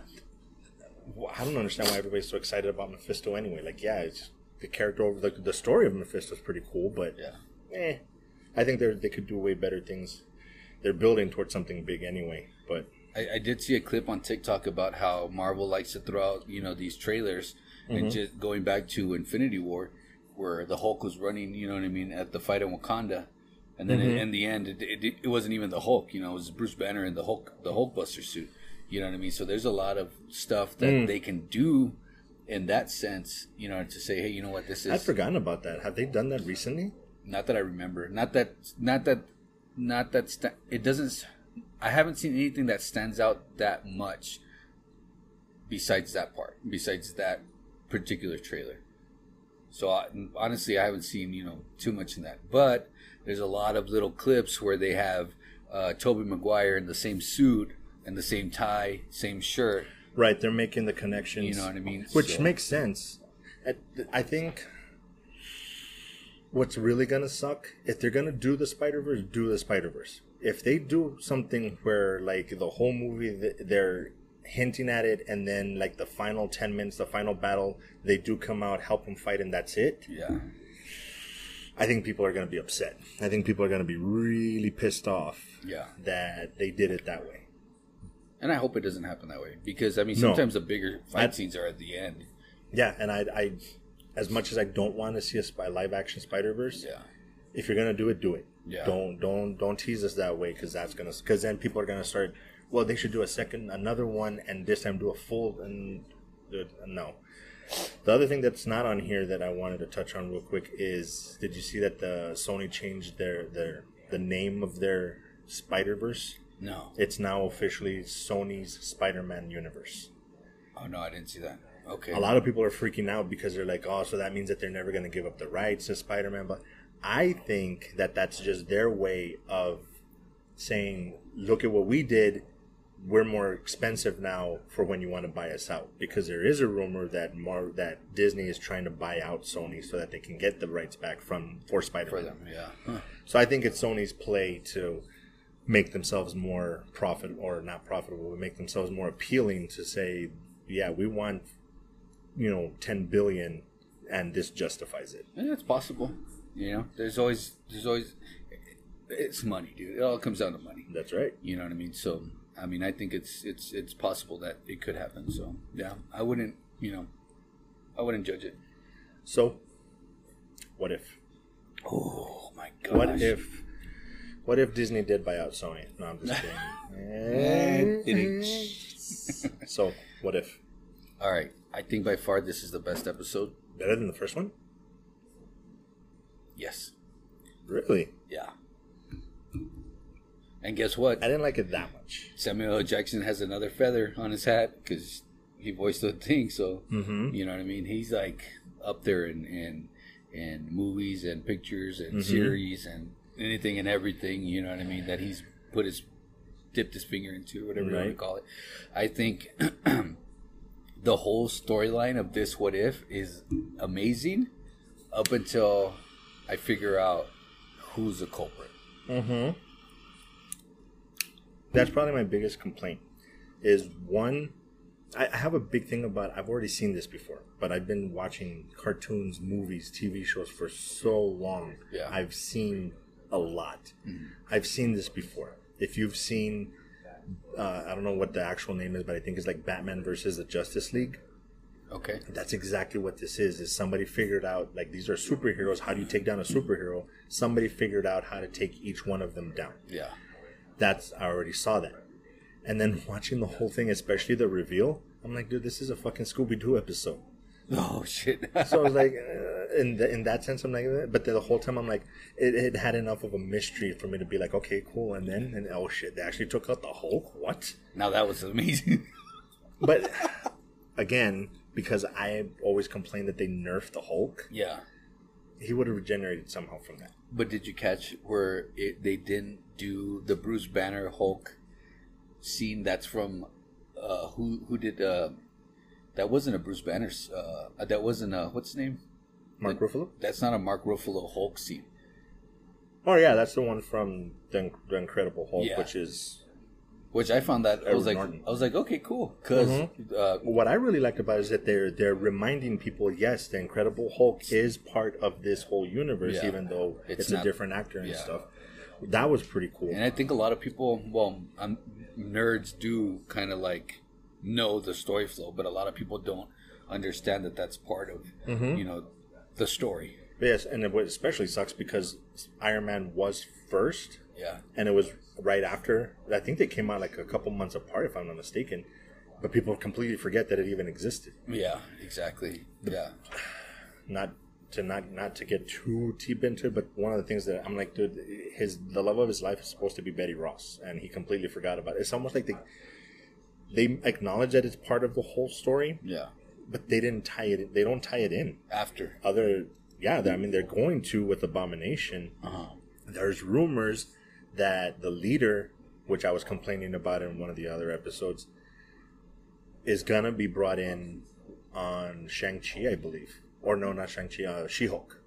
wh- I don't understand why everybody's so excited about Mephisto anyway. Like, yeah, it's the character over the, the story of Mephisto's pretty cool, but
Yeah.
eh, I think they are they could do way better things. They're building towards something big anyway, but
I, I did see a clip on TikTok about how Marvel likes to throw out, you know, these trailers and just going back to Infinity War, where the Hulk was running, you know what I mean, at the fight in Wakanda, and then in, in the end, it, it, it wasn't even the Hulk, you know, it was Bruce Banner in the Hulk, the Hulkbuster suit, you know what I mean. So there's a lot of stuff that they can do in that sense, you know, to say, hey, you know what, this
I'd
is
forgotten about that. Have they done that recently?
not that I remember, not that, not that, not that sta- it doesn't. s- I haven't seen anything that stands out that much. Besides that part, besides that particular trailer, so I, honestly, I haven't seen you know too much in that. But there's a lot of little clips where they have uh, Toby Maguire in the same suit and the same tie, same shirt.
Right, they're making the connections.
You know what I mean?
Which
So-
makes sense. I- I think what's really gonna suck if they're gonna do the Spider Verse, do the Spider Verse. If they do something where like the whole movie th- they're hinting at it, and then like the final ten minutes, the final battle, they do come out, help him fight, and that's it.
Yeah.
I think people are gonna be upset. I think people are gonna be really pissed off
Yeah.
that they did it that way.
And I hope it doesn't happen that way because I mean
No.
sometimes the bigger fight
I-
scenes are at the end.
Yeah, and I, I as much as I don't want to see a spy, live action Spider Verse,
Yeah.
if you're gonna do it, do it.
Yeah.
Don't don't don't tease us that way because that's gonna because then people are gonna start. Well, they should do a second, another one, and this time do a full. And uh, no, the other thing that's not on here that I wanted to touch on real quick is: Did you see that the Sony changed their their the name of their Spider Verse?
No.
It's now officially Sony's Spider Man universe.
Oh no, I didn't see that. Okay.
A lot of people are freaking out because they're like, oh, so that means that they're never going to give up the rights to Spider Man. But I think that that's just their way of saying, look at what we did. We're more expensive now for when you want to buy us out. Because there is a rumor that Mar- that Disney is trying to buy out Sony so that they can get the rights back from for Spider
for
Man.
them. Yeah. Huh.
So I think it's Sony's play to make themselves more profit or not profitable, but make themselves more appealing to say, yeah, we want you know 10 billion and this justifies it.
Yeah, it's possible. You know, there's always there's always it's money, dude. It all comes down to money.
That's right.
You know what I mean? So I mean, I think it's it's it's possible that it could happen. So yeah, I wouldn't you know, I wouldn't judge it.
So what if
Oh my god.
what if what if Disney did buy out Sony? No, I'm just kidding. so what if
All right. I think by far this is the best episode.
better than the first one?
Yes.
Really?
Yeah. And guess what?
I didn't like it that much.
Samuel L. Jackson has another feather on his hat because he voiced the thing. So
Mm-hmm.
you know what I mean. He's like up there in in, in movies and pictures and
Mhm.
series and anything and everything. You know what I mean that he's put his dipped his finger into whatever you want to
Right.
call it. I think the whole storyline of this what if is amazing up until I figure out who's the culprit.
Mm-hmm. That's probably my biggest complaint. Is one, I I have a big thing about. I've already seen this before, but I've been watching cartoons, movies, TV shows for so long.
Yeah.
I've seen a lot. I've seen this before. If you've seen, uh, I don't know what the actual name is, but I think it's like Batman versus the Justice League.
Okay.
That's exactly what this is. Is somebody figured out like these are superheroes? How do you take down a superhero? Somebody figured out how to take each one of them down
Yeah.
that's I already saw that. And then watching the whole thing, especially the reveal, I'm like, dude, this is a fucking Scooby Doo episode.
Oh shit.
So I was like, uh, in the, in that sense, I'm like, eh, but the whole time I'm like, it, it had enough of a mystery for me to be like, okay, cool. And then, and oh shit, they actually took out the Hulk. What?
Now that was amazing.
But again, because I always complain that they nerfed the Hulk,
yeah.
he would have regenerated somehow from that.
But did you catch where it, they didn't do the Bruce Banner Hulk scene? That's from uh, who? Who did? Uh, that wasn't a Bruce Banner. s- Uh, that wasn't a what's his name?
Mark Ruffalo?
That's not a Mark Ruffalo Hulk scene.
Oh yeah, that's the one from the, In- the Incredible Hulk,
Yeah.
which is
Which I found that I was
Edward
like,
Norton. Mm-hmm.
I was like, okay, cool, because uh,
what I really liked about it is that they're they're reminding people, yes, the Incredible Hulk is part of this whole universe,
Yeah.
even though
It's
it's,
not-
a different actor and
yeah.
stuff. That was pretty cool.
And I think a lot of people, well, um, nerds do kind of like know the story flow, but a lot of people don't understand that that's part of,
Mm-hmm.
you know, the story.
But yes, and it was- especially sucks because Iron Man was first,
Yeah.
and it was right after. I think they came out like a couple months apart, if I'm not mistaken. but people completely forget that it even existed.
Yeah, exactly. Yeah.
Not to not not to get too deep into it, but one of the things that I'm like, dude, his the love of his life is supposed to be Betty Ross, and he completely forgot about it. It's almost like they they acknowledge that it's part of the whole story,
Yeah.
but they didn't tie it. They don't tie it in.
After.
Other, yeah, I mean, they're going to with Abomination.
Uh-huh.
there's rumors that the leader, which I was complaining about in one of the other episodes, is gonna be brought in on Shang Chi, I believe, or no, not Shang Chi, uh, She Hulk,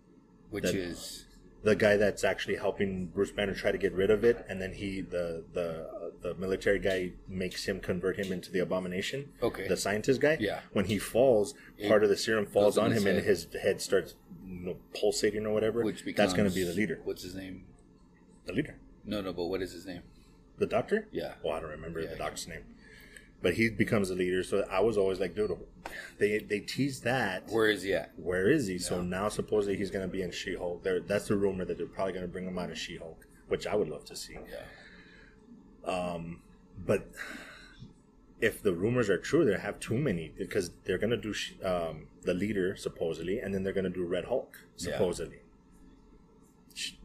Which
That-
is
the guy that's actually helping Bruce Banner try to get rid of it, and then he, the the uh, the military guy, makes him convert him into the Abomination,
okay.
the scientist guy.
Yeah.
When he falls,
It
part of the serum falls
goes in
on
his
him, and
head.
his head starts you know, pulsating or whatever.
which becomes
that's gonna be the leader.
What's his name?
The leader.
No, no, but what is his name?
The doctor?
Yeah.
Well, I don't remember
Yeah,
the
I
doctor's name. But he becomes a leader. So I was always like, dude, they they tease that.
Where is he at?
where is he? So
Yeah.
now supposedly he's going to be in She Hulk. That's the rumor that they're probably going to bring him out of She Hulk, which I would love to see.
Yeah.
Um, but if the rumors are true, they have too many because they're going to do She- um, the leader, supposedly, and then they're going to do Red Hulk,
Yeah.
supposedly.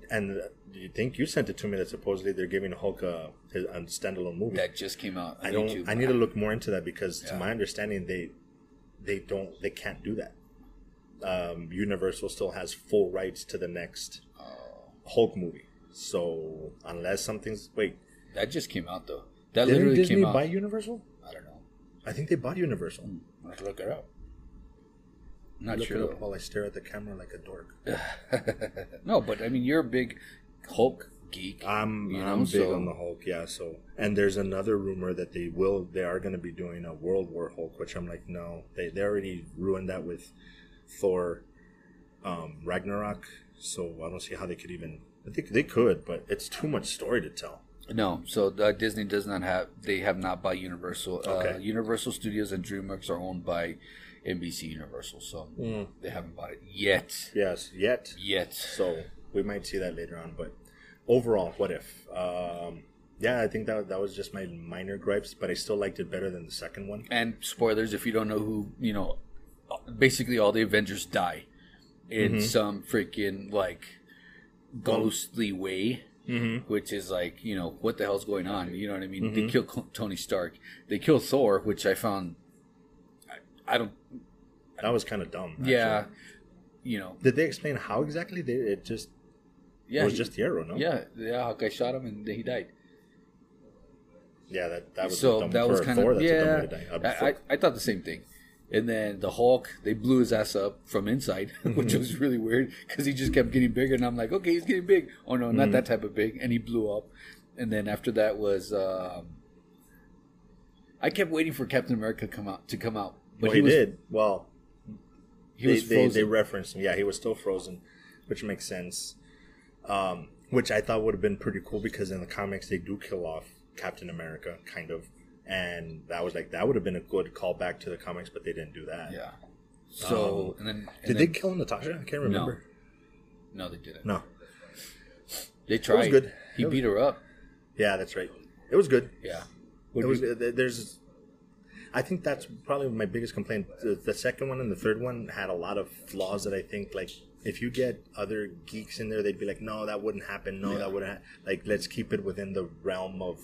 And uh, you think you sent it to me that supposedly they're giving Hulk a, his, a standalone movie.
That just came out on
I don't.
YouTube.
I need to look more into that because, to
Yeah.
my understanding, they they don't they can't do that. Um, Universal still has full rights to the next
Oh,
Hulk movie. So unless something's wait,
that just came out though. That
didn't
literally
Disney
came out.
buy Universal?
I don't know. Hmm.
I think they bought Universal.
I have to look it up. Not
look
sure.
it up while I stare at the camera like a dork.
no, but I mean, you're a big Hulk geek.
I'm
You know,
I'm big
so-
on the Hulk, yeah. So and there's another rumor that they will they are going to be doing a World War Hulk, which I'm like, no, they they already ruined that with Thor, um, Ragnarok. So I don't see how they could even. I think they could, but it's too much story to tell.
No, so uh, Disney does not have. They have not by Universal. Uh,
Okay.
Universal Studios and DreamWorks are owned by NBC Universal, so
Mm.
they haven't bought it yet.
Yes, yet.
Yet.
So we might see that later on. But overall, what if? Um, yeah, I think that that was just my minor gripes, but I still liked it better than the second one.
And spoilers, if you don't know who, you know, basically all the Avengers die in
Mhm.
some freaking like ghostly way.
Mm-hmm.
which is like you know what the hell's going on you know what i mean they kill Cl- tony stark they kill thor which i found i, I don't
That was kind of dumb.
yeah
actually.
you know
Did they explain how exactly? They it just
yeah
it was
he-
just the arrow, no?
yeah yeah hawkeye shot him and then he died
yeah. That that was
so
dumb
that was
for
kind
Thor,
of
that's a dumb
yeah
way to die. Uh,
I, I,
fuck.
I thought the same thing and then the hulk they blew his ass up from inside
Mm-hmm.
which was really weird because he just kept getting bigger and i'm like okay he's getting big oh no
Mm-hmm.
not that type of big and he blew up and then after that was um, i kept waiting for captain america come out to come out but
well,
he
he,
was
did. Well,
He
they,
was
they,
frozen.
they referenced him. Yeah, he was still frozen, which makes sense. Um, which I thought would have been pretty cool because in the comics they do kill off Captain America, kind of, and that was like that would have been a good callback to the comics, but they didn't do that.
yeah. So and then and
Oh. Did
then,
they kill Natasha? I can't remember.
No, they didn't.
No.
They tried.
good.
He
It was-
beat her up.
Yeah, that's right. It was good.
Yeah.
It was, uh, there's, I think that's probably my biggest complaint. The, the second one and the third one had a lot of flaws that I think like if you get other geeks in there, they'd be like, no, that wouldn't happen. No,
Yeah.
that wouldn't. Ha-. Like, let's keep it within the realm of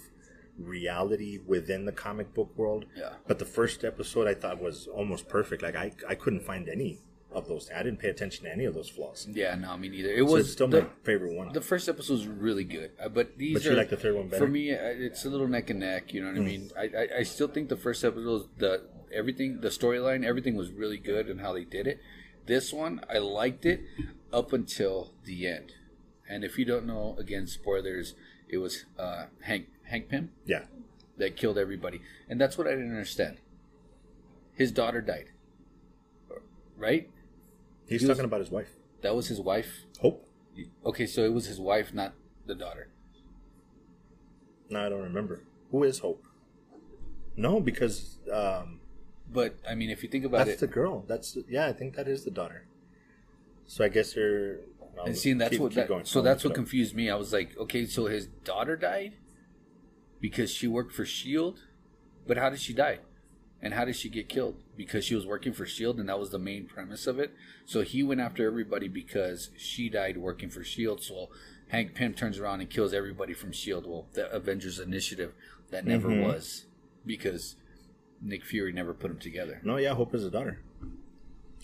reality within the comic book world.
Yeah.
But the first episode I thought was almost perfect. Like I, I couldn't find any of those. I didn't pay attention to any of those flaws.
Yeah. No, me neither. It
It was
was
so it's still
the,
my favorite one.
the first episode was really good, uh, but these
but
are
you like the third one better. Mm.
for me. uh, It's a little neck and neck. You know what I mean? I, I I still think the first episode, the everything, the storyline, everything was really good and how they did it. This one, I liked it up until the end. And if you don't know, again, spoilers. It was uh, Hank Hank Pym.
yeah.
that killed everybody. And that's what I didn't understand. His daughter died. Right?
He's
He was-
talking about his wife.
That was his wife.
Hope.
Okay, so it was his wife, not the daughter.
No, I don't remember. Who is Hope? No, because um,
But I mean, if you think about
that's
it,
the girl. That's yeah, I think that is the daughter. So I guess you're. I'll
and seeing that's
keep-
what
keep
that,
going.
so
I'll
that's
look
what
it up.
confused me. I was like, okay, so his E daughter died because she worked for Shield, but how did she die? And how did she get killed? Because she was working for Shield, E and that was the main premise of it. So he went after everybody because she died working for Shield. E So Hank Pym turns around and kills everybody from Shield. E Well, the Avengers Initiative that never
Mhm.
was because Nick Fury never put them together.
No, yeah, Hope is a daughter.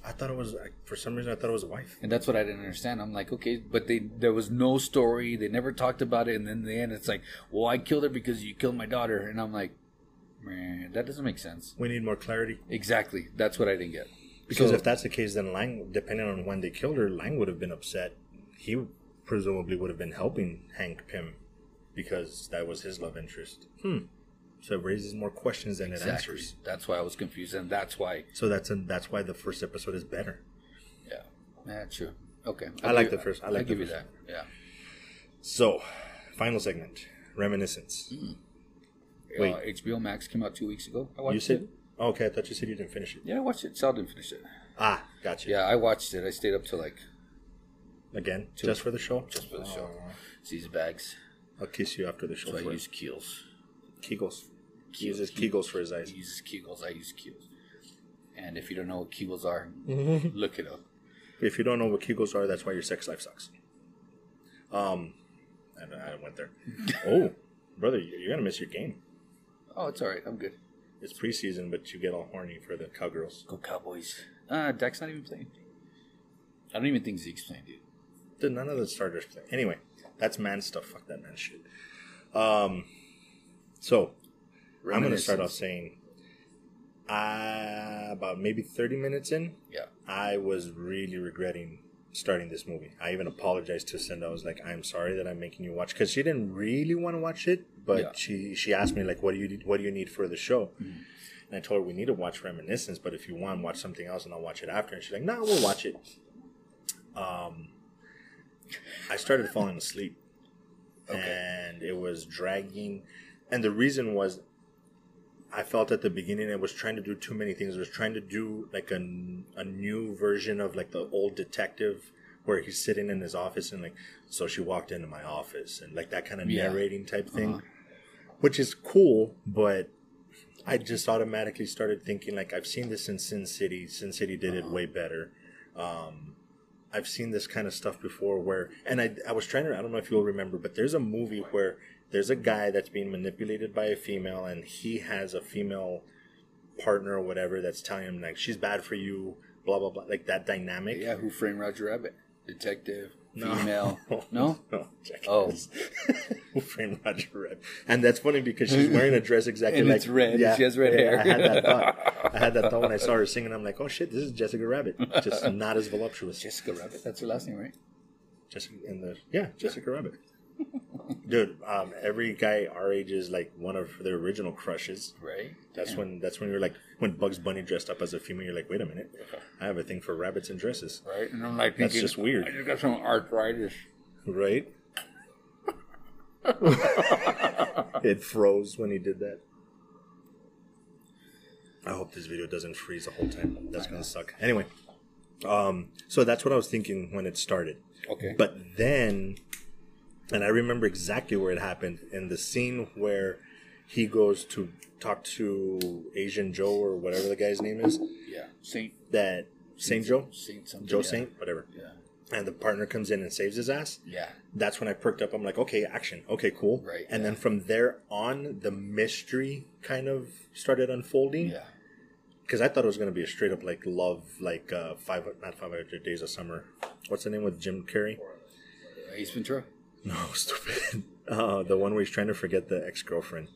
I thought it was I- for some reason I thought it was a wife.
And that's what I didn't understand. I'm like, okay, but they there was no story. They never talked about it. And then in the end, it's like, well, I killed her because you killed my daughter. And I'm like, man, that doesn't make sense.
We need more clarity
Exactly. That's what I didn't get.
because
So-
if that's the case, then Lang, depending on when they killed her, Lang would have been upset. He presumably would have been helping Hank Pym because that was his love interest. Hmm. So it raises more questions than it
Exactly.
answers.
That's why I was confused, and that's why.
So that's a, that's why the first episode is better.
Yeah, that's true. Okay,
I like the first- I like the
give you
first
that. Yeah.
So, final segment, reminiscence.
Mm-hmm.
Wait.
Uh, HBO Max came out two weeks ago. I watched
You said
it.
okay. I thought you said you didn't finish it.
Yeah, I watched it. Sal didn't finish it.
Ah, gotcha.
Yeah, I watched it. I stayed up till like
Again,
Two.
just for the show. Oh,
just for the show. It's these bags.
I'll kiss you after the show.
So I
for it.
use Keels.
Kegels. He uses Kegels for his eyes.
He uses Kegels. I use Keels. And if you don't know what Kegels are, look it up.
If you don't know what Kegels are, that's why your sex life sucks. Um, I, don't- I went there. oh, brother, you- you're gonna miss your game.
Oh, it's all right. I'm good.
It's preseason, but you get all horny for the cowgirls.
Go Cowboys. Uh, Dak's not even playing. I don't even think Zeke's playing, dude.
Dude, None of the starters play. Anyway, that's man stuff. Fuck that man shit. Um, so I'm gonna start off saying, uh, about maybe 30 minutes in,
Yeah.
I was really regretting starting this movie. I even apologized to Cinda. I was like, "I'm sorry that I'm making you watch," because she didn't really want to watch it, but
Yeah. Mm-hmm.
she she asked me like, "What do you what do you need for the show?" And I told her we need to watch Reminiscence, but if you want, watch something else, and I'll watch it after. And she's like, "No, we'll watch it." Um, I started falling asleep,
Okay.
and it was dragging. And the reason was I felt at the beginning it was trying to do too many things. It was trying to do like a, n- a new version of like the old detective where he's sitting in his office and like, so she walked into my office and like that kind of
Yeah.
narrating type thing,
Uh-huh.
which is cool, but I just automatically started thinking like, I've seen this in Sin City. Sin City did it
Uh-huh.
way better. Um, I've seen this kind of stuff before where, and I, I was trying to, I don't know if you'll remember, but there's a movie where there's a guy that's being manipulated by a female and he has a female partner or whatever that's telling him, like, she's bad for you, blah, blah, blah. Like that dynamic.
Yeah, Who Framed Roger Rabbit? Detective,
No.
female. No?
Oh, No. Jackass.
Oh.
Who framed Roger Rabbit? And that's funny because she's wearing a dress exactly
And
like
it's red, and she has red hair.
I had that thought. I had that thought when I saw her singing. I'm like, oh shit, this is Jessica Rabbit, just not as voluptuous.
Jessica Rabbit. That's her last name, right?
Jessica in the yeah, Jessica Rabbit. Dude, um, every guy our age is like one of their original crushes.
Right.
That's
Damn.
when that's when you're like when Bugs Bunny dressed up as a female. You're like, wait a minute, I have a thing for rabbits and dresses,
Right. And I'm like,
That's
thinking,
just weird.
I just got some arthritis.
right? it froze when he did that. I hope this video doesn't freeze the whole time. That's gonna suck. Anyway, um, so that's what I was thinking when it started.
Okay.
But then, and I remember exactly where it happened in the scene where he goes to talk to Asian Joe or whatever the guy's name is.
yeah. Saint.
That Saint Joe,
Saint something.
Joe
yeah.
Saint, whatever.
Yeah.
And the partner comes in and saves his ass.
Yeah.
That's when I perked up. I'm like, okay, action. Okay, cool.
Right,
And
yeah.
then from there on, the mystery kind of started unfolding
Yeah.
because I thought it was going to be a straight up like love, like uh, five not five hundred days of summer. What's the name with Jim Carrey?
Ace Ventura.
No, stupid. Uh, the one where he's trying to forget the ex girlfriend.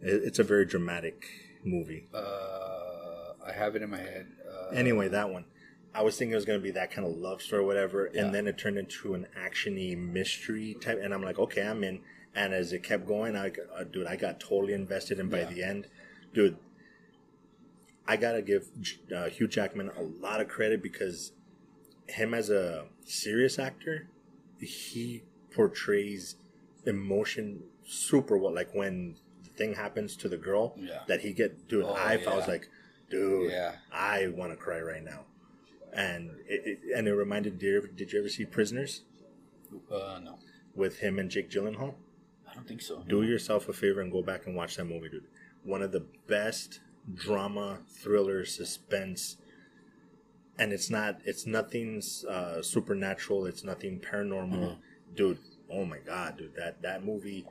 It, it's a very dramatic movie.
Uh, I have it in my head. Uh,
Anyway, that one. I was thinking it was going to be that kind of love story or whatever.
Yeah.
And then it turned into an action y mystery type. And I'm like, okay, I'm in. And as it kept going, I, g- uh, dude, I got totally invested. And by
Yeah.
the end, dude, I got to give J- uh, Hugh Jackman a lot of credit because him as a serious actor, he portrays emotion super well. Like when the thing happens to the girl
Yeah.
that he get, dude,
Oh,
I, I
yeah.
was like, dude,
Yeah.
I want to cry right now. And it, it, and it reminded, did you, ever, did you ever see Prisoners
Uh, no.
with him and Jake Gyllenhaal?
I don't think so.
Do yourself a favor and go back and watch that movie, dude. One of the best drama, thriller, suspense, and it's not it's nothing uh, supernatural. It's nothing paranormal,
Mm-hmm.
dude. Oh my god, dude! That that movie,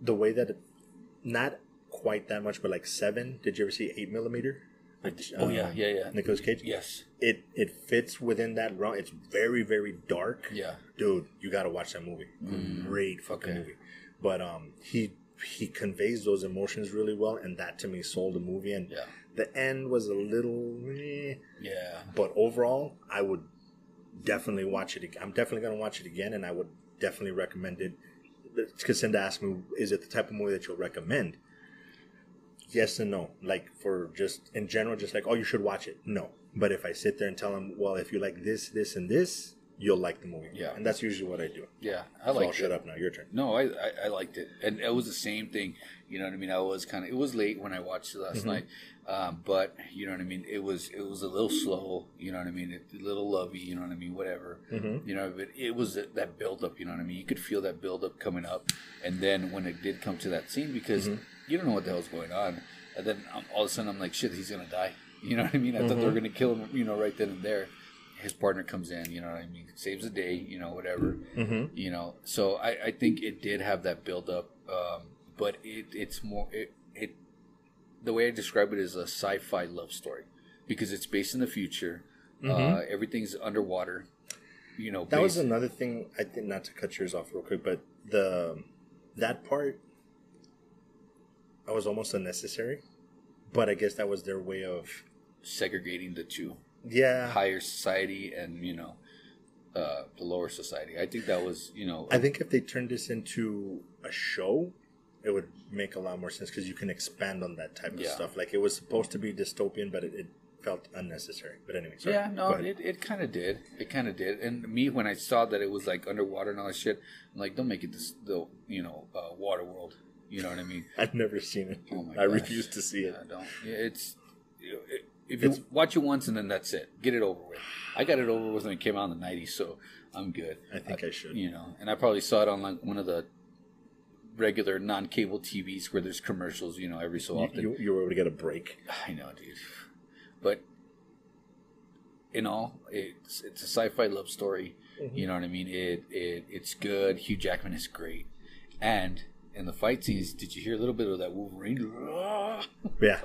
the way that, it, not quite that much, but like seven. Did you ever see Eight Millimeter?
oh yeah, yeah, yeah.
Nicholas Cage.
Yes.
It it fits within that realm. It's very very dark
Yeah. Mm.
dude, you gotta watch that movie. Great fucking
okay.
movie. But um, he he conveys those emotions really well, and that to me sold the movie. And
Yeah.
the end was a little, eh,
Yeah.
but overall, I would definitely watch it. ag- I'm definitely gonna watch it again, and I would definitely recommend it. Casinda asked me, "Is it the type of movie that you'll recommend?" Yes and no. Like for just in general, just like oh, you should watch it. No, but if I sit there and tell him, well, if you like this, this, and this, you'll like the movie.
Yeah.
and that's usually what I do.
Yeah. I
So I'll
like
shut
it.
up now. Your turn.
No, I, I, I liked it, and it was the same thing. You know what I mean? I was kind of it was late when I watched it last night, um, but you know what I mean. It was it was a little slow. You know what I mean? It, a little lovey. You know what I mean? Whatever.
Mhm.
You know, but it was that, that build up. You know what I mean? You could feel that build up coming up, and then when it did come to that scene, because you don't know what the hell's going on, and then um, all of a sudden I'm like, shit, he's gonna die. You know what I mean? I thought they were gonna kill him. You know, right then and there. His partner comes in, you know what I mean? Saves the day, you know, whatever
Mm-hmm.
you know so i, I think it did have that build up um, but it, it's more it, it the way i describe it is a sci-fi love story because it's based in the future uh, everything's underwater you know
Mm-hmm. That was
based-
another thing. I think not to cut yours off real quick, but the that part, I was almost unnecessary, but I guess that was their way of
segregating the two
yeah.
higher society and you know uh, the lower society i think that was you know
I think if they turned this into a show, it would make a lot more sense because you can expand on that type of
Yeah.
stuff. Like it was supposed to be dystopian, but it, it felt unnecessary. But anyway, sorry.
Yeah,
Go
no,
ahead.
it, it kind of did. It kind of did. And me, when I saw that it was like underwater and all that shit, I'm like, don't make it this, the, you know, uh, water world. You know what I mean?
I've never seen it.
Oh my
I
gosh.
refuse to see it.
Yeah, don't. Yeah, It's, it, if you
It's-
watch it once and then that's it. Get it over with. I got it over with when it came out in the 90s, so I'm good.
I think I, should.
You know, and I probably saw it on like one of the regular non cable TVs where there's commercials, you know, every so
You,
often.
you, you were able to get a break.
I know, dude. But in all, it's it's a sci-fi love story.
Mm-hmm.
You know what I mean? It it it's good. Hugh Jackman is great, and in the fight scenes, did you hear a little bit of that Wolverine?
Yeah,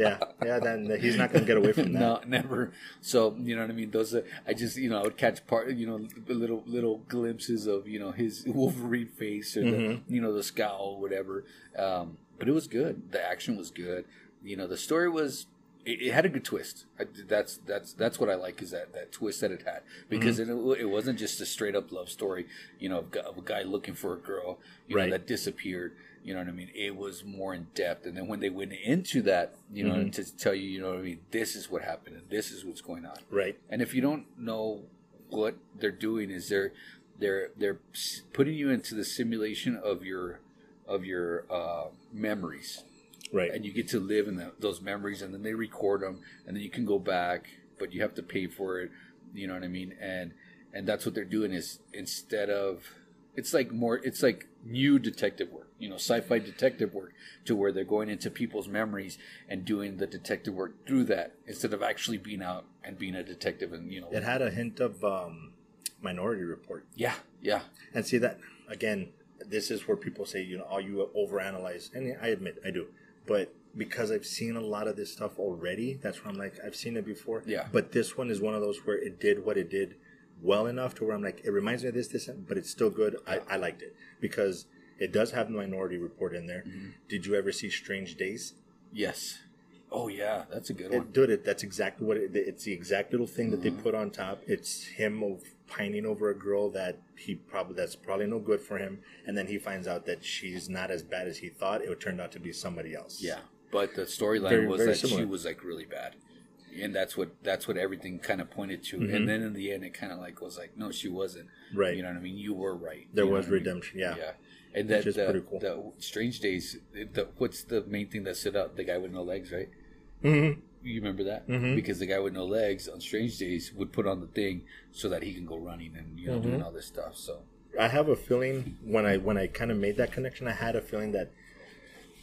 yeah, yeah. Then he's not going to get away from that.
no, never. So you know what I mean. Those are, I just you know I would catch part you know little little glimpses of you know his Wolverine face or
Mm-hmm.
the, you know the scowl whatever. Um, but it was good. The action was good. You know the story was it, it had a good twist. I, that's that's that's what I like is that that twist that it had because it, it wasn't just a straight up love story. You know of, gu- of a guy looking for a girl you know
Right.
that disappeared. You know what I mean? It was more in depth. And then when they went into that, you know, to tell you, you know what I mean, this is what happened and this is what's going on.
Right.
And if you don't know what they're doing, is they're they're they're s- putting you into the simulation of your of your uh, memories,
Right.
and you get to live in the, those memories, and then they record them, and then you can go back, but you have to pay for it. You know what I mean? And and that's what they're doing is instead of it's like more it's like new detective work, you know, sci-fi detective work, to where they're going into people's memories and doing the detective work through that instead of actually being out and being a detective and you know,
it had a hint of um, Minority Report,
yeah, yeah,
and see that again. This is where people say, you know, oh, you overanalyze, and I admit I do, but because I've seen a lot of this stuff already, that's where I'm like, I've seen it before.
Yeah.
But this one is one of those where it did what it did well enough to where I'm like, it reminds me of this, this, and- but it's still good. I, I liked it because it does have Minority Report in there. Did you ever see Strange Days?
yes, oh yeah, that's a good
It,
one. Mm-hmm.
dude, it, that's exactly what it, it's the exact little thing that they put on top. It's him of pining over a girl that he probably that's probably no good for him, and then he finds out that she's not as bad as he thought. It turned out to be somebody else.
Yeah, but the storyline
Very-
was
very
that she
similar.
was like really bad, and that's what that's what everything kind of pointed to.
Mhm.
And then in the end, it kind of like was like, no, she wasn't.
right.
You know what I mean? You were right.
there
You know
was
what I mean?
redemption. Yeah.
Yeah. And
Which
that
is
the,
pretty cool.
the strange days. The, what's the main thing that stood out? The guy with no legs, right?
Mhm.
You remember that?
Mhm.
Because the guy with no legs on strange days would put on the thing so that he can go running and you know
Mm-hmm.
doing all this stuff. So
I have a feeling when I when I kind of made that connection, I had a feeling that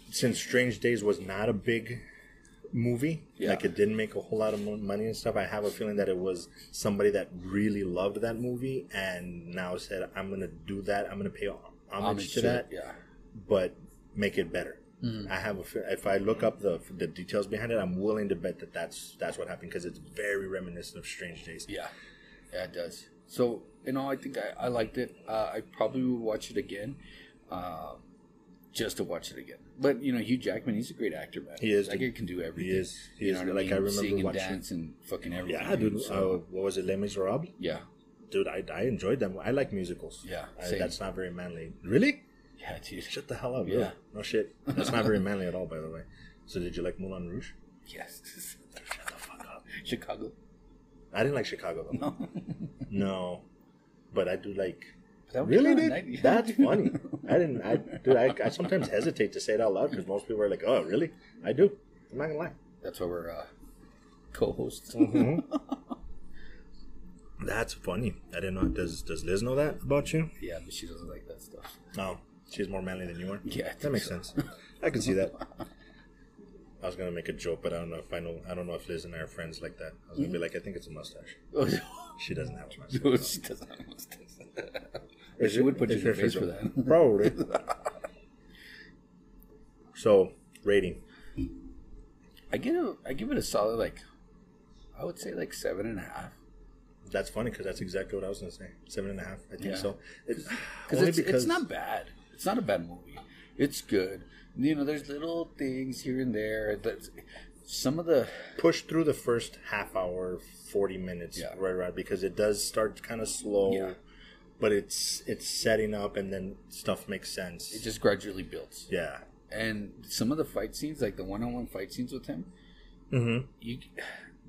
since Strange Days was not a big movie,
Yeah.
like it didn't make a whole lot of mo- money and stuff, I have a feeling that it was somebody that really loved that movie and now said, "I'm gonna do that. I'm gonna pay homage, to Mm-hmm. that,
it, Yeah.
but make it better." I have a fe- if I look up the the details behind it, I'm willing to bet that that's that's what happened because it's very reminiscent of Strange Days.
Yeah, yeah, it does. So you know, I think I, I liked it. Uh, I probably would watch it again, uh, just to watch it again. But you know, Hugh Jackman, he's a great actor, man.
He is,
Like
dude.
he can do everything.
is. He
you
is.
know what
Like, I
mean?
remember
Sing and
watching-
dance and fucking everything.
Yeah, dude.
So,
uh, what was it, Les Miserables?
yeah,
Dude, I, I enjoyed them. I like musicals.
Yeah,
I,
same.
that's not very manly. Really?
yeah, dude.
Shut the hell up.
Yeah.
Yeah. No shit. That's not very manly at all, by the way. So did you like Moulin Rouge?
Yes. Chicago.
I didn't like Chicago though.
No.
No. But I do like.
That was
Really,
fun.
dude?
That-
That's funny. I didn't. I, dude, I, I sometimes hesitate to say it out loud because most people are like, "Oh, really?" I do. I'm not gonna lie.
That's why we're uh, co-hosts.
Mm-hmm. That's funny. I didn't know. Does Does Liz know that about you?
yeah, but she doesn't like that stuff.
No, Oh, she's more manly than you are.
Yeah, I
that
think
makes
so.
sense. I can see that. I was gonna make a joke, but I don't know if I know. I don't know if Liz and I are friends like that. I was gonna be like, I think it's a mustache. She doesn't have a mustache.
Dude, she doesn't have a mustache.
Is
she
it-
would put you
is
in your
it
face
a
for
joke?
that.
Probably. so rating.
I give it, I give it a solid like, I would say like seven and a half.
That's funny because that's exactly what I was gonna say. Seven and a half. I think
Yeah.
so. It,
Because it's, it's not bad. It's not a bad movie. It's good. You know, there's little things here and there. That some of the
push through the first half hour, forty minutes,
Yeah.
right around because it does start kind of slow,
Yeah.
but it's it's setting up and then stuff makes sense.
it just gradually builds,
yeah,
and some of the fight scenes, like the one-on-one fight scenes with him,
mm-hmm.
you,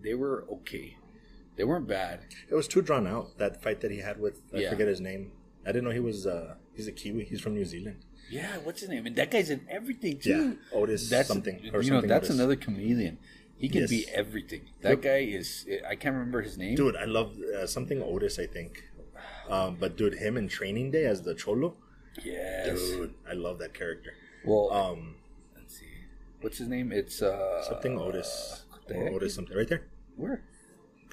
they were okay. They weren't bad.
it was too drawn out that fight that he had with I
Yeah.
forget his name. I didn't know he was uh he's a Kiwi. He's from New Zealand.
Yeah, what's his name? And that guy's in everything too.
Yeah, Otis
that's
something
You
or
know,
something
that's
Otis.
another chameleon. He can
Yes.
be everything. That
Yep.
guy is. I can't remember his name.
dude. I love uh, something Otis. I think, um, but dude, him in Training Day as the Cholo,
Yes.
dude, I love that character.
Well,
Um,
let's see. What's his name? It's uh
something Otis
what the
or
heck?
Otis something right there.
Where?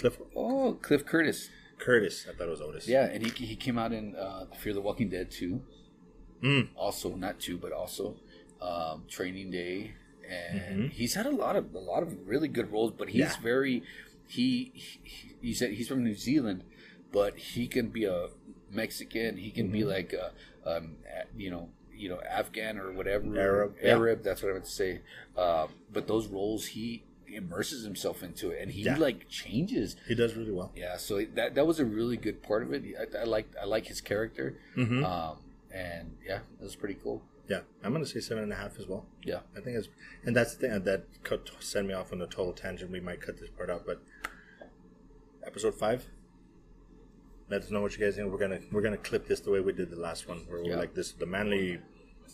Cliff
Oh, Cliff Curtis.
Curtis. I thought it was Otis.
Yeah, and he he came out in uh, Fear the Walking Dead too.
Mm.
Also, not two, but also um, Training Day, and he's had a lot of a lot of really good roles. But he's
Mm-hmm. Yeah.
very he, he he said he's from New Zealand, but he can be a Mexican. He can be
Mm-hmm.
like a, um, a- you know you know Afghan or whatever
Arab, yeah.
Arab. That's what I would say. Um, but those roles he immerses himself into it, and he
Yeah.
like changes.
He does really well.
Yeah, so that that was a really good part of it. I, I like I like his character,
Mhm.
um, and yeah, it was pretty cool.
Yeah, I'm gonna say seven and a half as well.
Yeah,
I think it's, and that's the thing uh, that cut send me off on a total tangent. We might cut this part out, but episode five. Let us know what you guys think. We're gonna we're gonna clip this the way we did the last one, where we're
Yeah.
like this the manly,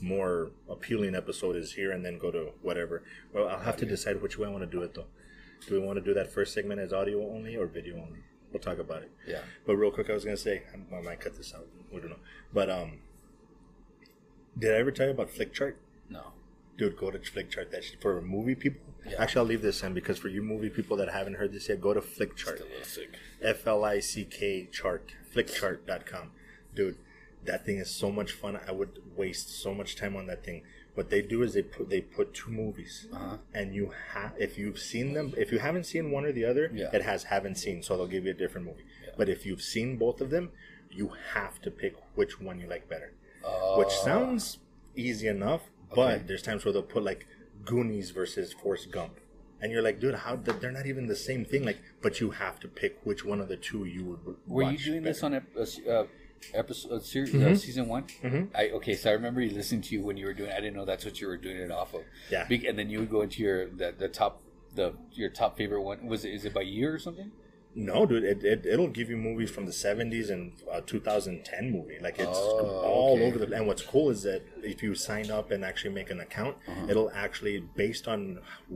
more appealing episode is here, and then go to whatever. Well, I'll have to decide which way I want to do it though. Do we want to do that first segment as audio only or video only? We'll talk about it.
yeah,
But real quick, I was gonna say I might cut this out. We don't know. But um, did I ever tell you about Flick Chart?
no,
Dude, go to Flick Chart. That's for movie people.
Yeah.
Actually, I'll leave this in because for you movie people that haven't heard this yet, go to Flick Chart.
a little sick.
F L I C K chart, flickchart.com. Dude, that thing is so much fun. I would waste so much time on that thing. What they do is they put they put two movies,
Uh-huh.
and you have if you've seen them, if you haven't seen one or the other,
Yeah.
it has haven't seen, so they'll give you a different movie. But if you've seen both of them, you have to pick which one you like better. which sounds easy enough,
Uh, Okay.
but there's times where they'll put like Goonies versus Forrest Gump. And you're like, dude, how th- they're not even the same thing. Like, but you have to pick which one of the two you would. w-
Were you
watch
doing this
better.
on a, uh, episode uh, ser-
Mm-hmm.
uh, season one? I okay, so I remember you listening to you when you were doing. I didn't know that's what you were doing it off of.
Yeah.
Be- and then you would go into your the, the top the your top favorite one was it, is it by year or something?
No, dude, it, it it'll give you movies from the '70s and uh, 2010 movie. Like it's
Oh,
all
okay.
over the. And what's cool is that if you sign up and actually make an account,
Uh-huh.
it'll actually based on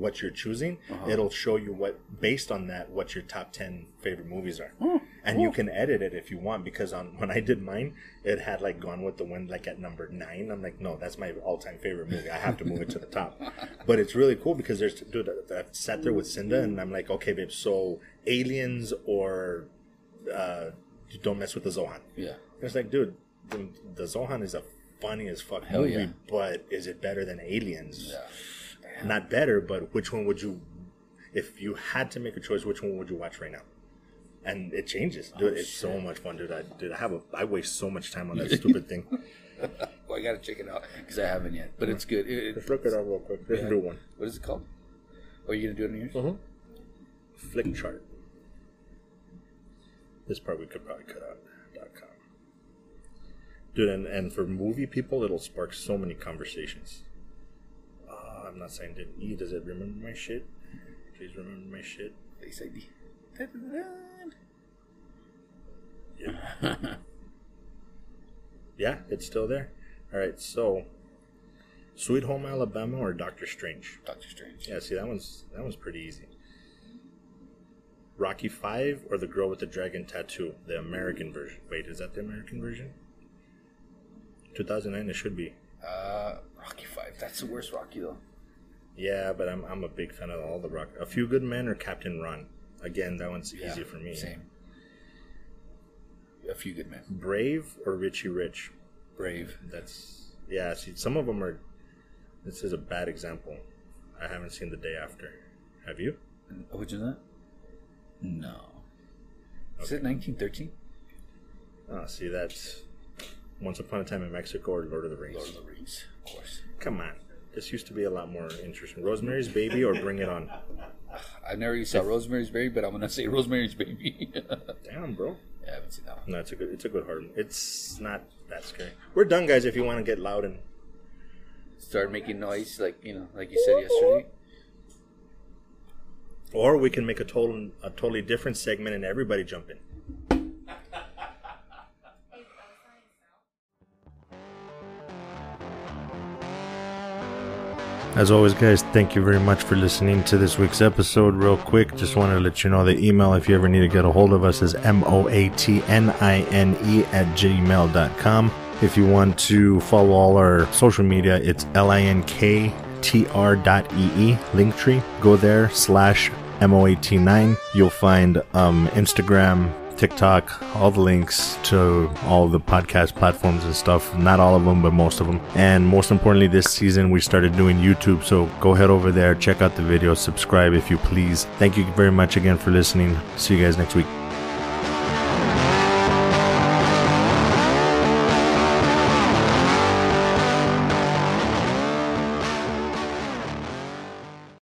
what you're choosing,
Uh-huh.
it'll show you what based on that what your top ten favorite movies are.
Oh,
And
cool.
you can edit it if you want because on when I did mine, it had like Gone with the Wind like at number nine. I'm like, no, that's my all time favorite movie. I have to move it to the top. But it's really cool because there's dude. I- I've sat there with Cinda and I'm like, okay, babe, so Aliens or uh, don't mess with the Zohan.
Yeah.
It's like, dude, the, the Zohan is a funny as fuck
Hell
movie,
yeah.
but is it better than Aliens?
Yeah.
Not better, but which one would you, if you had to make a choice, which one would you watch right now? And it changes, dude.
Oh,
it's so
shit.
much fun, dude. I, dude, I have a, I waste so much time on that stupid thing.
Well, I gotta check it out because I haven't yet, but
Mm-hmm.
it's good. It, it,
Just look it up real quick. There's a new one.
what is it called? Oh, you gonna do it on yours?
Mm-hmm. Flick chart. This part we could probably cut out. Dot com. Dude, and, and for movie people, it'll spark so many conversations. Uh, I'm not saying did E does it remember my shit? Please remember my shit.
Face ID.
Yeah, it's still there. All right, so Sweet Home Alabama or Doctor Strange?
Doctor Strange.
Yeah, see that one's that one's pretty easy. Rocky Five or the Girl with the Dragon Tattoo, the American version. Wait, is that the American version? Two thousand nine, it should be.
Uh, Rocky Five. That's the worst Rocky though.
Yeah, but I'm I'm a big fan of all the Rock. A Few Good Men or Captain Ron. Again, that one's easy for me.
Same. A few good men.
Brave or Richie Rich.
Brave.
That's yeah. See, some of them are. This is a bad example. I haven't seen the day after. Have you?
Which is that? No. Is it 1913?
Oh, see, that's Once Upon a Time in Mexico or Lord of the Rings.
Lord of the Rings, of course.
Come on. This used to be a lot more interesting. Rosemary's Baby or Bring It On?
I never even saw Rosemary's Baby, but I'm gonna say Rosemary's Baby. yeah,
Damn, bro.
I haven't seen that one.
No, it's a good. It's a good horror. It's not that scary. We're done, guys. If you want to get loud and
Started making noise, like you know, like you said yesterday.
or we can make a total a totally different segment and everybody jump in.
If outside is out,
As always, guys, thank you very much for listening to this week's episode. Real quick, just want to let you know the email if you ever need to get a hold of us is m o a t n i n e at gmail.com. If you want to follow all our social media, it's l i n k t r dot e e linktree. Go there slash m o a t nine. You'll find um, Instagram, TikTok, all the links to all the podcast platforms and stuff. Not all of them, but most of them. And most importantly, this season we started doing YouTube. So go head over there, check out the videos, subscribe if you please. Thank you very much again for listening. See you guys next week.